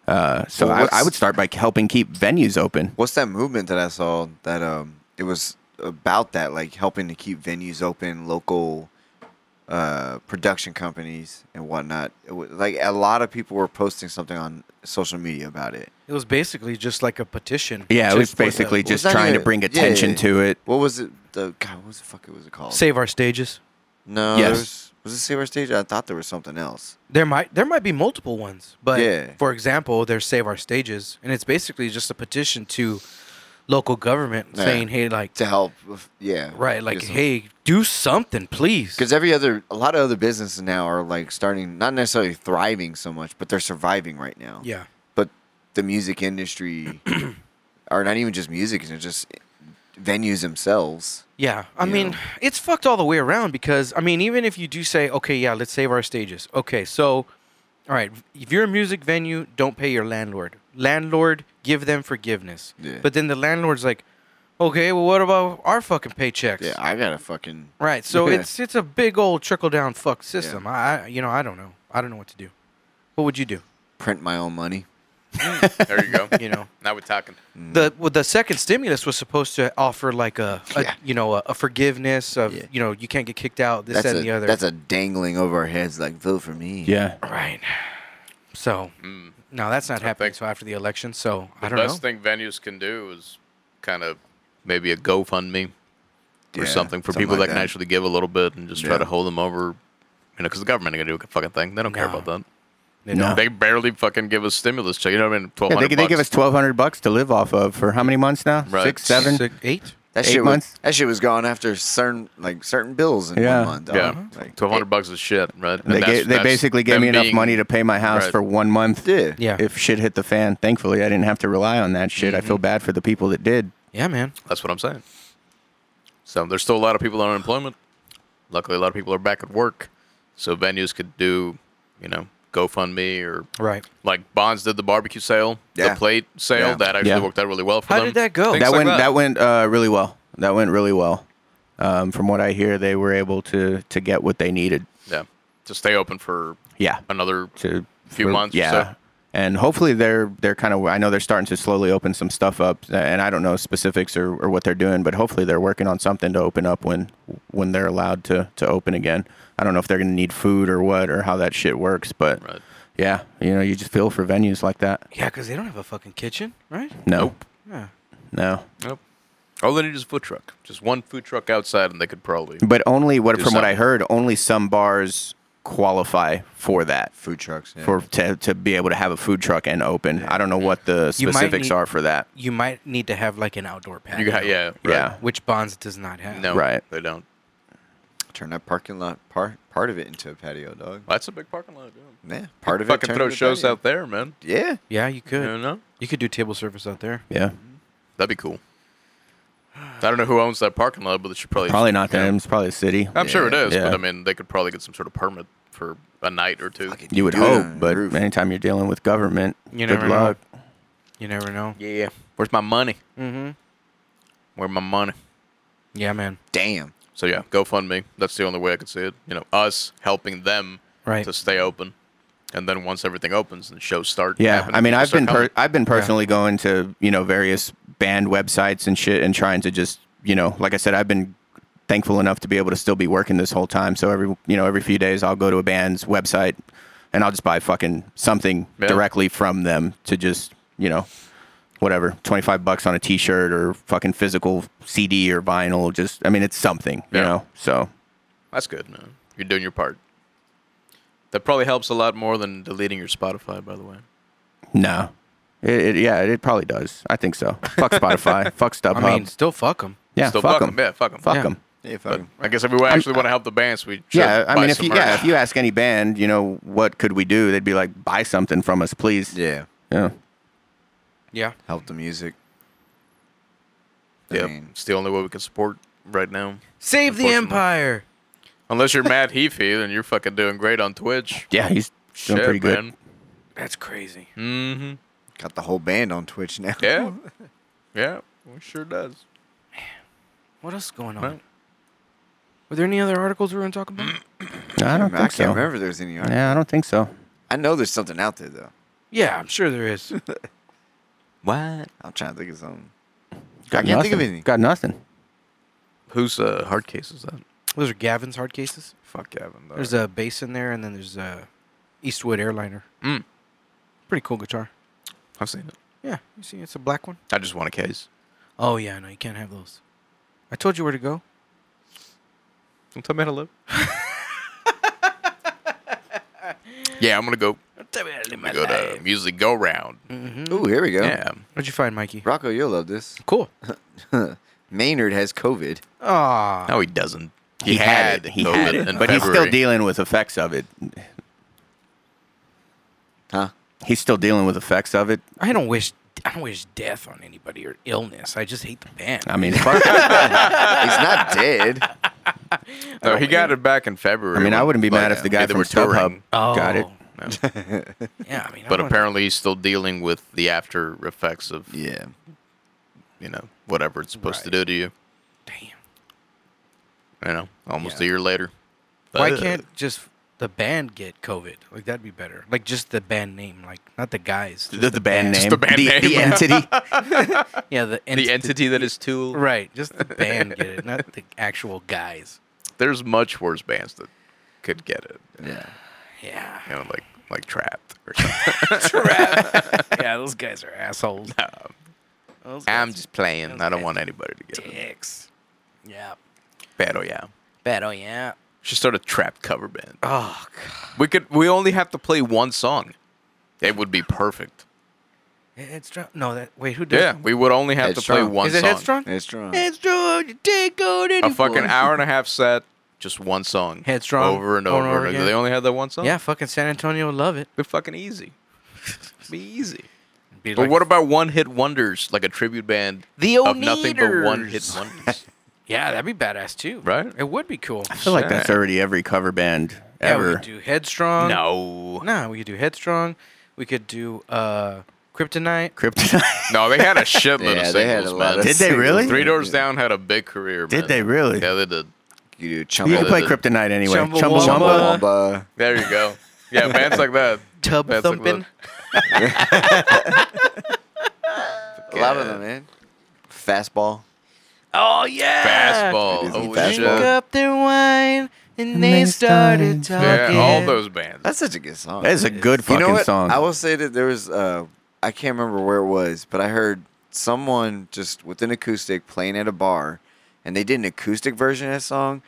Uh, so
Well,
I, I
what's-
would start by helping keep venues open.
What's that movement that I saw? That um, it was about that, like helping to keep venues open, local uh production companies and whatnot. It was, like a lot of people were posting something on social media about it.
It was basically just like a petition.
Yeah, it
to-
was
for the-
basically just
not
trying
even-
to bring
yeah,
attention
yeah.
to it.
What was it? The God, what was the fuck? It was it called?
save our stages.
No.
Yes.
there Was, was it Save Our Stage? I thought there was something else.
There might there might be multiple ones, but
Yeah.
for example, there's Save Our Stages, and it's basically just a petition to local government
Yeah.
saying, "Hey, like,
To help. with- Yeah.
right, like, hey, do something, please."
Because every other, a lot of other businesses now are like starting, not necessarily thriving so much, but they're surviving right now.
yeah,
But the music industry, or not even just music, it's just venues themselves.
yeah. I
Yeah.
mean, it's fucked all the way around because I mean, even if you do say, "Okay, yeah, let's save our stages," okay, so, all right, if you're a music venue, don't pay your landlord. Landlord, give them forgiveness.
Yeah.
But then the landlord's like, "Okay, well, what about our fucking paychecks?"
Yeah, I gotta fucking.
Right. So
Yeah.
it's it's a big old trickle down fuck system. I I you know I don't know. I don't know what to do. What would you do?
print my own money.
There you go.
You know,
now we're talking.
the well, the second stimulus was supposed to offer like a, a
Yeah.
you know a, a forgiveness of
Yeah.
you know you can't get kicked out this
That's
that,
a
and the other.
that's a dangling over our heads like vote for me.
Yeah.
right. So no, that's not happening.
think-
So after the election, so I
The
don't know.
best thing venues can do is kind of maybe a GoFundMe
Yeah,
or something for
something
people
like
that can
that.
actually give a little bit and just try
Yeah.
to hold them over. You know, because the government ain't gonna do a fucking thing. They don't care
No.
about that.
They
No.
don't-
They barely fucking give us stimulus check. You know what I mean? Twelve
Yeah, they,
hundred.
they give us twelve hundred bucks to live off of for how many months now?
Right.
Six, seven.
Six- eight.
that
Eight
shit
months?
Was, that shit was gone after certain like certain bills in
Yeah.
one month.
Yeah,
dog. Like,
twelve hundred bucks is shit, right? And
They,
that's-
gave, they
that's
basically gave
them
me enough
being-
money to pay my house
Right.
for one month.
Yeah.
Yeah.
If shit hit the fan, thankfully I didn't have to rely on that shit. I feel bad for the people that did.
Yeah, man.
That's what I'm saying. So there's still a lot of people on unemployment. Luckily, a lot of people are back at work, so venues could do, you know, GoFundMe or
Right.
like Bonds did the barbecue sale,
Yeah.
the plate sale.
Yeah.
That actually
Yeah.
worked out really well for
How
them.
did Oh, that go?
Things
that
like
went that, went uh, really well. That went really well. Um, from what I hear, they were able to to get what they needed.
yeah, to stay open for
Yeah.
another.
to
Few months or
Yeah.
so.
And hopefully they're they're kind of I know they're starting to slowly open some stuff up, and I don't know specifics or, or what they're doing, but hopefully they're working on something to open up when when they're allowed to to open again. I don't know if they're going to need food or what or how that shit works, but
Right.
yeah, you know, you just feel for venues like that.
Yeah, because they don't have a fucking kitchen, right?
No,
Yeah.
no,
Nope. All they need is a food truck. Oh, Just one food truck outside, and they could probably.
but only what
Do
from what I
something.
heard, only some bars qualify for that.
Food trucks. Yeah.
For to, to be able to have a food truck and open, I don't know what the
You might
specifics
need-
are for that.
You might need to have like an outdoor patio.
You got yeah, right.
Yeah,
Which Bonds does not have.
No,
Right.
They don't.
turn that parking lot part part of it into a patio, dog.
That's a big parking lot. Yeah.
Yeah, part of it.
Fucking
turn
throw
into a
shows
patio.
out there, man.
Yeah,
Yeah, you could.
You know.
You could do table service out there.
yeah.
That'd be cool. I don't know who owns that parking lot, but it should probably
Probably not
Yeah.
them. It's probably the city.
I'm sure it
Yeah.
is,
Yeah.
but I mean, they could probably get some sort of permit for a night or two.
Fucking
You would
do it on
hope,
your
but
roof.
anytime you're dealing with government,
You
good
never
luck.
know. You never know.
Yeah. Where's my money?
Mm-hmm.
Where my money?
Yeah, man.
damn.
So yeah, GoFundMe. That's the only way I could see it. You know, us helping them
Right.
to stay open, and then once everything opens and shows start.
Yeah,
happening,
I mean,
people
I've
start
been per-
coming.
I've been personally going to you know various band websites and shit and trying to just you know, like I said, I've been thankful enough to be able to still be working this whole time. So every you know every few days I'll go to a band's website and I'll just buy fucking something
Yeah.
directly from them to just you know whatever twenty five bucks on a t shirt or fucking physical CD or vinyl. Just I mean, it's something
Yeah.
you know. So
That's good, man. You're doing your part. That probably helps a lot more than deleting your Spotify, by the way.
No. It, it, yeah, it probably does. I think so. Fuck Spotify. fuck StubHub.
I mean, still fuck them.
yeah,
Still
fuck
fuck
'em.
'em. Yeah, fuck 'em.
Fuck
Yeah.
'em.
Yeah,
But
fucking.
I guess if we actually want to help the bands, we should
Yeah, I
buy
mean, if
some
you yeah,
merch.
if you ask any band, you know, what could we do? They'd be like, buy something from us, please.
Yeah,
Yeah.
Yeah.
help the music. I
yeah,
mean-
it's the only way we can support right now.
Save the
Unfortunately.
empire.
Unless you're Matt Heafy, then you're fucking doing great on Twitch.
Yeah, he's doing pretty good.
That's crazy.
Mm-hmm.
Got the whole band on Twitch now.
Yeah. yeah. Well, sure does.
What else is going on?
Right.
Were there any other articles we were going to talk
Mm.
about?
No, I
I,
don't
mean, I
think
can't
so.
remember if there's any. art.
Yeah, I don't think so.
I know there's something out there though.
yeah, I'm sure there is.
What?
I'm trying to think of something.
Got
I can't
nothing.
think of anything.
Got nothing.
Whose uh, hard case is that?
Those are Gavin's hard cases.
Fuck Gavin. Though.
There's a bass in there, and then there's a Eastwood Airliner.
Mm.
Pretty cool guitar.
I've seen it.
Yeah, you see, it's a black one.
I just want a case.
Oh yeah, no, you can't have those. I told you where to go.
Don't tell me how to live. yeah, I'm gonna go
What'd
go to music go round.
Ooh, here we go.
Yeah,
you find, Mikey?
Rocco, you'll love this.
Cool.
Maynard has COVID.
Aw.
no, he doesn't. He,
He
had,
had it. He
COVID
had it.
in
But he's still
February.
dealing with effects of it.
Huh?
He's still dealing with effects of it.
I don't wish I don't wish death on anybody or illness. I just hate the band.
I mean,
He's
fuck.
not dead.
No, he got it back in February.
I mean, I wouldn't be
But,
mad if the guy
yeah, they
from
were touring.
StubHub
Oh.
got it.
yeah, I mean, I
But
don't-
apparently, he's still dealing with the after effects of
Yeah.
you know whatever it's supposed to
Right.
do to you.
damn.
You know, almost
Yeah.
a year later.
Why
But-
can't just the band get COVID? Like that'd be better. Like just the band name, like not the guys.
The, the band name.
Just the band name.
the entity.
Yeah, the entity.
the entity that is Tool?
Right, just the band get it, not the actual guys.
There's much worse bands that could get it.
Yeah.
Yeah.
You know, like like Trapped or something.
yeah, those guys are assholes. Those
I'm
guys
just playing. I
guys
don't want anybody
are
to get it.
dicks. Yeah.
Bad, oh yeah.
Bet, oh yeah.
Should start a Trapped cover band.
Oh, God.
We could. We only have to play one song. It would be perfect.
It's dr- No, that. Wait, who did
Yeah, we would only have to play
Headstrong.
one
Is it
song.
Headstrong?
Headstrong.
Headstrong, you take on
A
any
fucking
boy.
hour and a half set, just one song.
Headstrong,
Over and over. and over again. They only had that one song.
Yeah, fucking San Antonio would love it.
Be fucking easy. be easy.
Be
But
like-
what about one hit wonders, like a tribute band
The
of nothing but one hit
Oneaters.
wonders?
Yeah, that'd be badass too.
Right?
It would be cool.
I feel like that's already every cover band
Yeah,
ever.
we could do Headstrong.
no.
Nah, we could do Headstrong. We could do uh Kryptonite.
Kryptonite.
No, they had a shitload
Yeah,
of
they had
singles,
a lot
man.
of
Did they
singles.
really?
Three Doors Down had a big career.
Did
man.
they really?
Yeah, they did.
You do
You can
Chumbawamba.
play Kryptonite anyway.
Chumbawamba.
Chumbawamba.
There you go. Yeah, bands like that.
Tub
Bands like
thumping.
that.
A lot of
Yeah.
them, man. Fastball.
Oh yeah.
Fastball.
It is
Oh,
fastball.
Drink
shit.
up their wine and,
they
they started
started
talking.
Yeah, all those bands.
That's such a good song.
That is a good fucking
you know what?
song.
I will say that there was uh, I can't remember where it was, but I heard someone just with an acoustic playing at a bar, and they did an acoustic version of that song.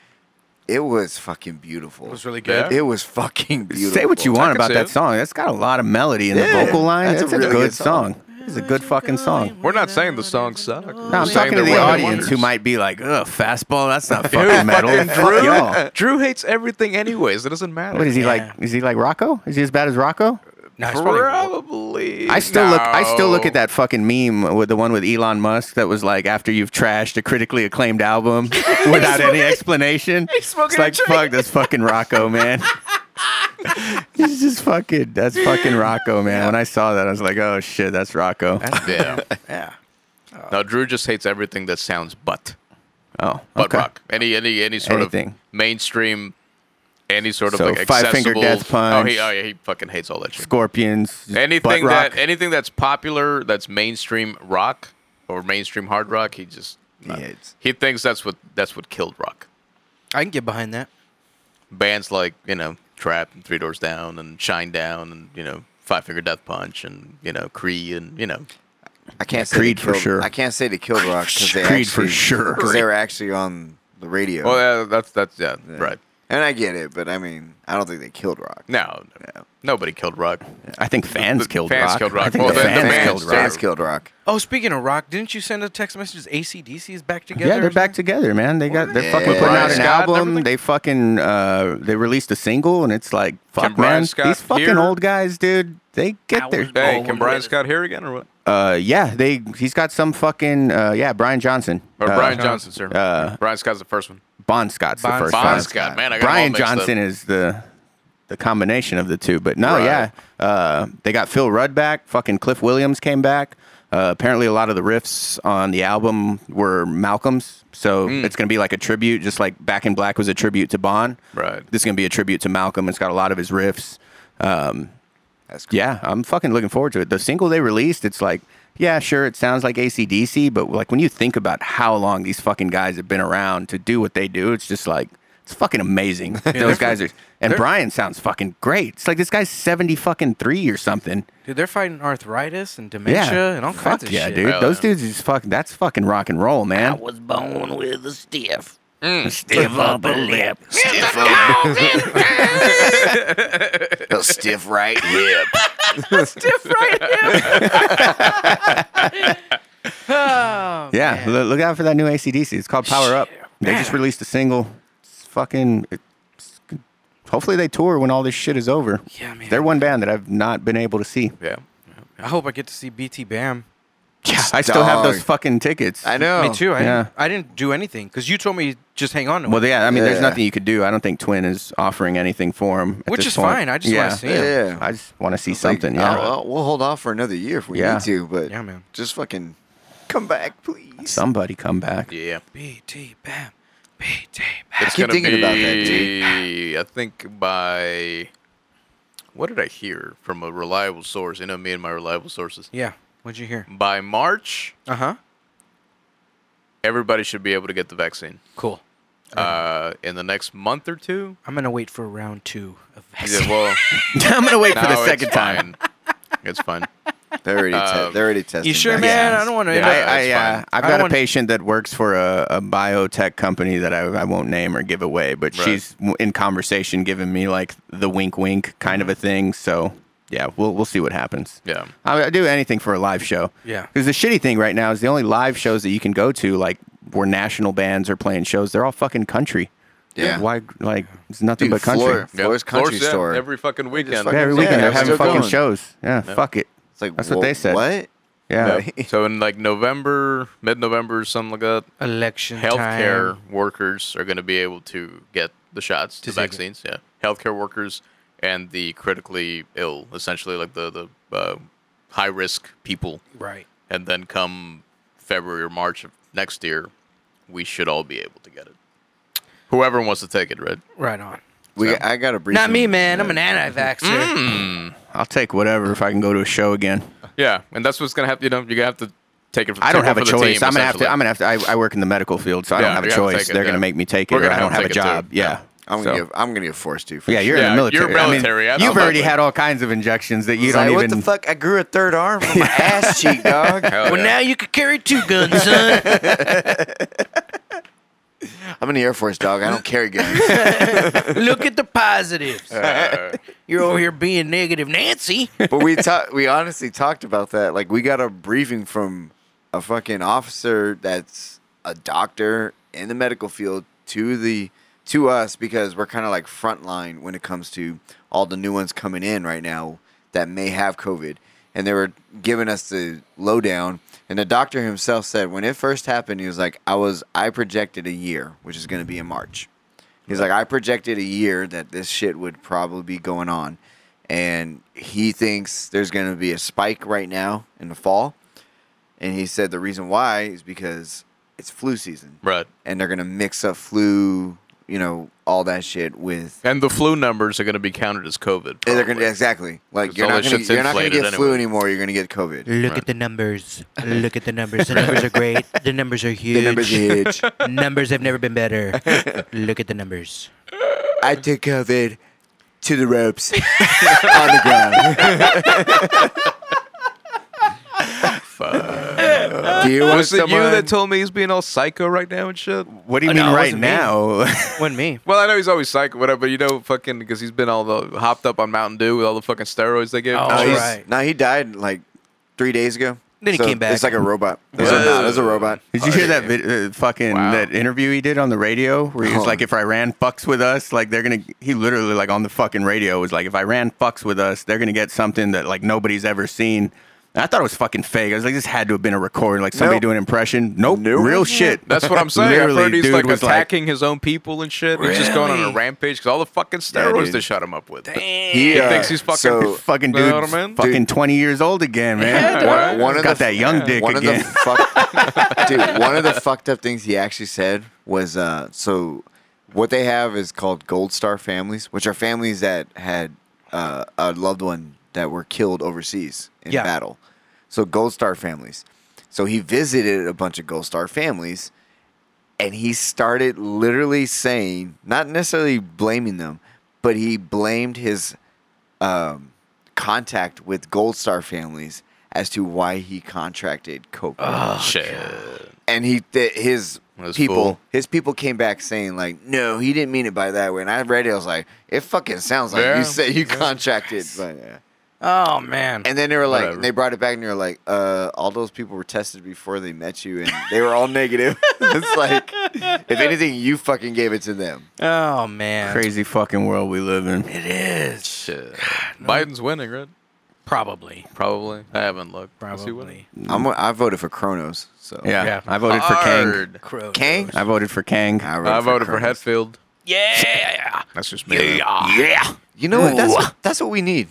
It was fucking beautiful.
It was really
Yeah.
good.
It was fucking beautiful.
Say what you
I
want
can
about
see
that
it.
song. That's got a lot of melody in
Yeah,
the vocal line.
that's
That's,
a
a,
really
good
good song.
song. It's a good fucking song.
We're not saying the song sucks.
No, I'm
Saying
talking to
they're one-hit
the audience who
wonders.
might be like, "Ugh, fastball. That's not fucking metal. Fuck y'all."
Drew hates everything, anyways. It doesn't matter.
What is he
Yeah.
like? Is he like Rocco? Is he as bad as Rocco?
No, it's probably-
Probably.
I still look. I still look at
No.
that fucking meme with the one with Elon Musk that was like, after you've trashed a critically acclaimed album without any explanation. It's
smoking
like,
a joint.
fuck, that's fucking Rocco, man. He's just fucking. That's fucking Rocco, man. When I saw that, I was like, oh shit, that's Rocco.
Yeah.
yeah.
No, Drew just hates everything that sounds but
oh,
but
okay.
rock. Any any any sort of
Anything.
mainstream, any sort of
So,
like accessible.
Five Finger Death
Oh,
Punch.
he, oh yeah, he fucking hates all that shit.
Scorpions. just butt
anything
rock.
that anything that's popular, that's mainstream rock or mainstream hard rock, he just not-
hates.
he thinks that's what that's what killed rock.
I can get behind that.
Bands like you know Trap and Three Doors Down and Shine Down and you know Five Finger Death Punch and you know Cree and you know
I can't say
Creed
they
for
killed-
sure.
I can't say they killed Rock because they
Creed for
actually-
sure.
'cause they were actually on the radio.
well yeah, that's that's yeah, right.
And I get it, but I mean, I don't think they killed Rock.
No,
Yeah.
nobody killed rock.
I think fans
the
killed
fans
rock.
killed
I
rock.
think
Well,
the
then the
fans,
fans
killed
did.
rock.
Fans killed Rock.
Oh, speaking of rock, didn't you send a text message? ACDC's back together.
Yeah,
or
they're back
something?
together, man. They got they're fucking
Yeah.
putting out
Brian
an
Scott and
album.
everything?
They fucking uh, they released a single, and it's like
Can
fuck,
Brian
man.
Scott
These fucking
hear-
old guys, dude. They get their
Hey,
Oh,
can Brian Scott hear again or what?
uh, yeah. They he's got some fucking uh, yeah. Brian Johnson
Or
uh,
Brian Johnson, sir.
uh,
Brian Scott's the first one.
Bon Scott's the
Bon
first
Scott.
one.
Brian Scott, man. I got 'em all
Brian
mixed up.
Johnson is the the combination of the two. But no,
Right.
yeah, uh, they got Phil Rudd back. Fucking Cliff Williams came back. Uh, apparently, a lot of the riffs on the album were Malcolm's, so
Hmm.
it's gonna be like a tribute, just like Back in Black was a tribute to Bon.
Right.
This is gonna be a tribute to Malcolm. It's got a lot of his riffs. Um,
That's cool.
yeah, I'm fucking looking forward to it. The single they released, it's like, yeah, sure, it sounds like ACDC, but like when you think about how long these fucking guys have been around to do what they do, it's just like, it's fucking amazing. Those guys are, and Brian sounds fucking great. It's like this guy's 70 fucking three or something.
Dude, they're fighting arthritis and dementia
Yeah.
and all
Fuck
kinds of
yeah,
shit.
dude.
Hell
Those
yeah.
dudes is fucking, that's fucking rock and roll, man.
was born with a stiff.
Stiff upper lip.
A stiff right hip.
Yeah, loo- look out for that new ACDC. It's called Power Up. They just released a single. It's fucking. it's- hopefully they tour when all this shit is over.
Yeah, man.
They're one band that I've not been able to see.
Yeah.
I hope I get to see BT Bam.
Yeah, I still have those
Dog.
fucking tickets.
I know.
Me too. I,
yeah.
didn't, I didn't do anything because you told me just hang on to
Well,
it,
yeah, I mean, there's
Yeah.
nothing you could do. I don't think Twin is offering anything for him,
which is fine. I just want to see him.
Yeah.
I just want to see something.
Like,
yeah,
I'll- I'll- Oh, we'll hold off for another year if we
Yeah.
need to, but
Yeah, man.
just fucking come back, please.
somebody come back.
Yeah.
BT Bam, BT Bam.
It's
keep
gonna
thinking about that,
be, I think by what did I hear from a reliable source? You know me and my reliable sources.
Yeah. What'd you hear?
By March,
Uh huh.
everybody should be able to get the vaccine.
Cool.
Uh, in the next month or two.
I'm gonna wait for round two of vaccine.
Yeah, well,
I'm gonna wait for
no,
the
it's
second time.
fine. It's fine.
They're already, te-
Um,
they're already testing.
Uh, You sure,
that.
man? I don't want to.
Yeah,
I,
it's
I, uh,
fine.
I've
I
got
don't
a
want-
patient that works for a, a biotech company that I, I won't name or give away, but
Right.
she's w- in conversation giving me like the wink, wink kind of a thing. So yeah, we'll we'll see what happens.
Yeah.
I, I do anything for a live show.
Yeah.
because the shitty thing right now is the only live shows that you can go to, like where national bands are playing shows, they're all fucking country.
Yeah.
why? Like it's nothing
Dude,
but country.
Florida.
Yeah.
Flores Country
yeah,
Store.
every fucking weekend.
Yeah, every
Yeah,
weekend they're
it's
having
still
fucking
going.
shows. Yeah, fuck it.
It's like,
That's what they
wh-
said.
What?
Yeah.
Yeah. So in like November, mid-November, something like that,
Election
healthcare
time.
workers are going to be able to get the shots,
To take
the
it.
vaccines. Yeah, healthcare workers and the critically ill, essentially like the the uh, high risk people.
Right.
And then come February or March of next year, we should all be able to get it. Whoever wants to take it, right?
Right on.
We, I got a brief.
Not me, man. I'm an anti-vaxxer.
I'll take whatever if I can go to a show again.
Yeah, and that's what's going to happen. You know, you're going to have to take it. For,
I don't
take
have
one
a
for the
choice.
team,
I'm gonna have to.
essentially.
I'm gonna have to. I, I work in the medical field, so I
Yeah,
don't have a
you're gonna
choice.
take it,
They're
yeah.
gonna make me take it,
We're
or
gonna
I don't
have
have
to
a
take it,
job.
too.
Yeah.
I'm
So-
gonna, get, I'm gonna get forced to. For
yeah,
sure.
you're in
Yeah,
the military.
you're military.
I
I
mean,
know
you've
that,
already
but-
had all kinds of injections that you
He's
don't
like,
even.
what the fuck? I grew a third arm on my ass cheek, dog.
Hell
well,
yeah.
now you could carry two guns, son.
I'm in the Air Force, dog. I don't carry guns.
Look at the positives.
Uh,
You're over here being negative, Nancy.
but we talked. We honestly talked about that. Like we got a briefing from a fucking officer that's a doctor in the medical field to the to us because we're kind of like frontline when it comes to all the new ones coming in right now that may have COVID, and they were giving us the lowdown. And the doctor himself said when it first happened, he was like, "I was I projected a year, which is going to be in March." He's like, I projected a year that this shit would probably be going on. And he thinks there's going to be a spike right now in the fall. And he said the reason why is because it's flu season.
right.
And they're going to mix up flu, you know, all that shit with.
And the flu numbers are going to be counted as COVID.
They're gonna,
probably.
exactly. Like,
'Cause
you're
all
not
that
going
shit's
to
inflated
get flu
anyway.
anymore. You're going to get COVID.
Look at the numbers. Look at the numbers. The numbers are great. The numbers are huge.
The numbers are huge.
Numbers have never been better. Look at the numbers.
I took COVID to the ropes on the ground. Do you want
Was it you
someone?
that told me he's being all psycho right now and shit?
what do you
Oh,
mean
no, it
right
wasn't me.
now?
When me?
Well, I know he's always psycho, whatever. But you know, fucking because he's been all the hopped up on Mountain Dew with all the fucking steroids they give. him.
Oh,
no,
Jeez.
he's-
right.
no, he died like three days ago.
Then he
So
came back.
It's like a robot. There's a, no, there's a robot.
Did you hear that vid- uh, fucking
Wow.
that interview he did on the radio where he was
Oh.
like, "If Iran fucks with us, like they're gonna." He literally like on the fucking radio was like, "If Iran fucks with us, they're gonna get something that like nobody's ever seen." And I thought it was fucking fake. I was like, "This had to have been a recording, like somebody
Nope.
doing an impression." Nope,
Nope.
real shit.
That's what I'm saying.
Literally,
I've heard he's
dude
like
was
attacking his own people and shit. He's just going on
Really?
a rampage because all the fucking steroids
dude.
they shot him up with.
He,
He
uh,
thinks he's fucking.
so-
Fucking
You know
dude,
what I mean?
fucking twenty years old again, man.
One- one
He's
of
got
the-
that young dick
one
again.
of the fuck, dude, one of the fucked up things he actually said was uh, so what they have is called gold star families, which are families that had uh, a loved one that were killed overseas in
Yeah.
battle. So gold star families. So he visited a bunch of gold star families, and he started literally saying, not necessarily blaming them, but he blamed his um, contact with Gold Star families as to why he contracted COVID.
shit.
and he th- his
This
people,
fool.
his people came back saying like, "No, he didn't mean it by that way." And I read it, I was like, "It fucking sounds like
Yeah.
you said you contracted." But, yeah.
Oh man.
And then they were like,
Whatever.
they brought it back, and they were like, uh, "All those people were tested before they met you, and they were all negative." it's like, if anything, you fucking gave it to them.
oh man.
Crazy fucking world we live in.
It is
Shit. Biden's winning, right?
probably
Probably. I haven't looked. Is he winning?
probably
I'm, I voted for Kronos, so
Yeah,
Yeah.
I voted for Kang.
Hard.
Crow.
Kang?
I voted for Kang.
I voted for
Kronos.
Hetfield.
Yeah.
That's just me.
Yeah,
You know what? That's what, that's what we need.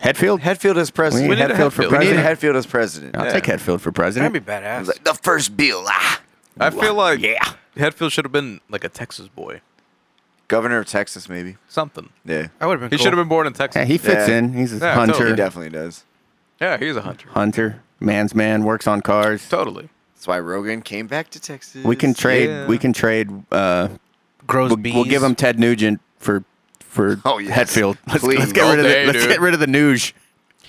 Headfield.
Headfield as
We
president.
need
We need a
Headfield for
Hetfield. We
We need
president.
Headfield as president.
I'll
Yeah.
take Headfield for
That'd
president.
be badass.
Like, the first bill, ah.
I feel like
Yeah.
Hetfield should have been like a Texas boy.
governor of Texas, maybe.
Something.
Yeah,
I would have been.
He
cool.
should have been born in Texas.
Yeah, he fits
Yeah.
in. He's a
Yeah,
hunter.
totally.
he definitely does.
yeah, he's a hunter.
Hunter, man's man, works on cars.
Totally.
That's why Rogan came back to Texas.
We can trade.
Yeah.
We can trade. Uh,
grows
we'll,
bees.
we'll give him Ted Nugent for for
Oh, yes.
Hetfield. Let's,
Please.
let's get
All
rid of
day,
the, let's
dude.
get rid of the Nuge.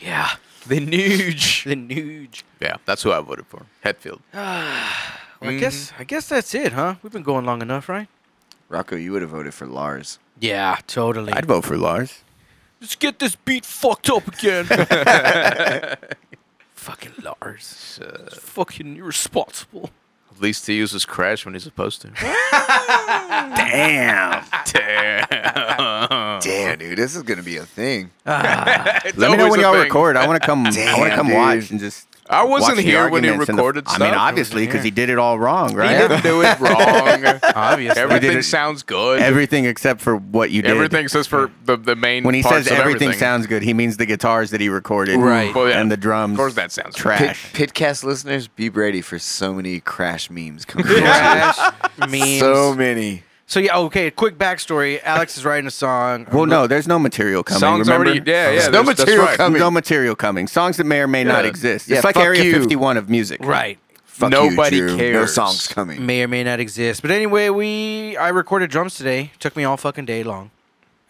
Yeah.
The Nuge.
The nuge.
Yeah, that's who I voted for. Hetfield.
Well, I guess. I guess that's it, huh? We've been going long enough, right?
Rocco, you would have voted for Lars.
Yeah, totally.
I'd vote for Lars.
Let's get this beat fucked up again. fucking Lars. fucking irresponsible.
At least he uses Crash when he's supposed to.
Damn.
Damn.
Damn, dude, this is gonna be a thing.
Let me know
always
when
a
y'all
thing.
record. I want to come. I want to
Damn,
come
dude.
watch and just.
I wasn't
watch the
here when he
arguments and the-
recorded
I mean,
stuff.
obviously, because he did it all wrong,
He
right?
didn't do it wrong.
Obviously.
Everything
it-
sounds good.
Everything except for what you did.
Everything says for the, the main
When he
parts
says
of
everything, sounds good, he means the guitars that he recorded,
Right.
Well, yeah.
And the drums.
Of course that sounds
trash.
Pit, Pitcast listeners, be ready for so many crash memes coming.
Crash memes.
so many.
So yeah, okay. Quick backstory: Alex is writing a song. Um,
Well, no, there's no material coming.
Songs
remember?
already. Yeah, yeah.
There's no
that's- that's
material
right.
coming.
No material coming. Songs that may or may not
Yeah.
exist.
Yeah,
it's like
fuck
Area
you.
51 of music.
right.
Fuck
Nobody
you, Drew. No
cares. Mm.
songs coming.
May or may not exist. But anyway, we I recorded drums today. Took me all fucking day long,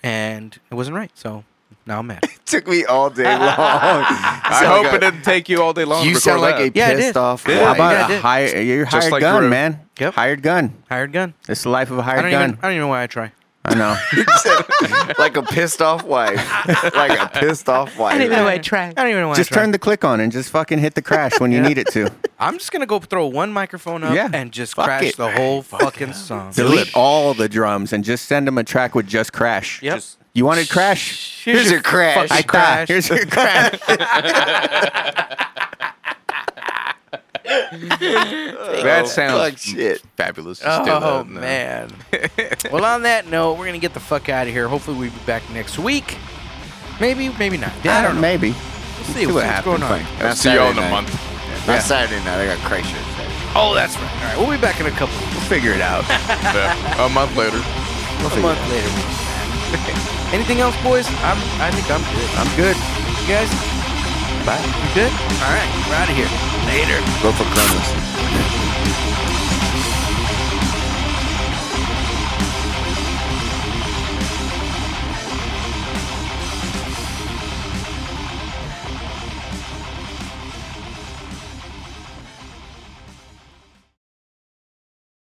and it wasn't right. So now I'm mad.
took me all day long.
I hope it didn't take you all day long. to
You
record
sound like
that.
a
Yeah, I did.
pissed off.
Yeah.
How
white-
about
Yeah, I
a
did.
hire, you're
Just
hired
like
gun,
Drew.
man?
Yep.
Hired gun.
Hired gun.
It's the life of a
I
hired
don't
gun.
even. I don't even know why I try.
I know.
like a pissed off wife. like a pissed off wife.
I try. I don't even know why.
just
I try.
turn the click on and just fucking hit the crash when you need it to.
I'm just gonna go throw one microphone up
Yeah.
and just
Fuck
crash
it.
the whole fucking song.
Delete all the drums and just send them a track with just crash.
Yep.
Just- you wanted crash?
Here's your crash.
I
fucking crash.
Here's your crash.
That sounds
Fuck shit.
fabulous. Just do
Oh
that. No.
man. well, on that note, we're gonna get the fuck out of here. Hopefully, we'll be back next week. Maybe, maybe not. I don't know.
Maybe.
We'll see
see
what's
what
what's going on.
Fine.
I'll
Not
see y'all in
Saturday night.
a month.
Not Saturday night. I got crash shit.
Oh, that's right. All right, we'll be back in a couple.
We'll figure it out.
Yeah, uh, A month later.
a month later. Anything else, boys? I'm. I think I'm good. I'm good. You guys? Bye. You good? All right. We're out of here. Later.
Go for Kronos.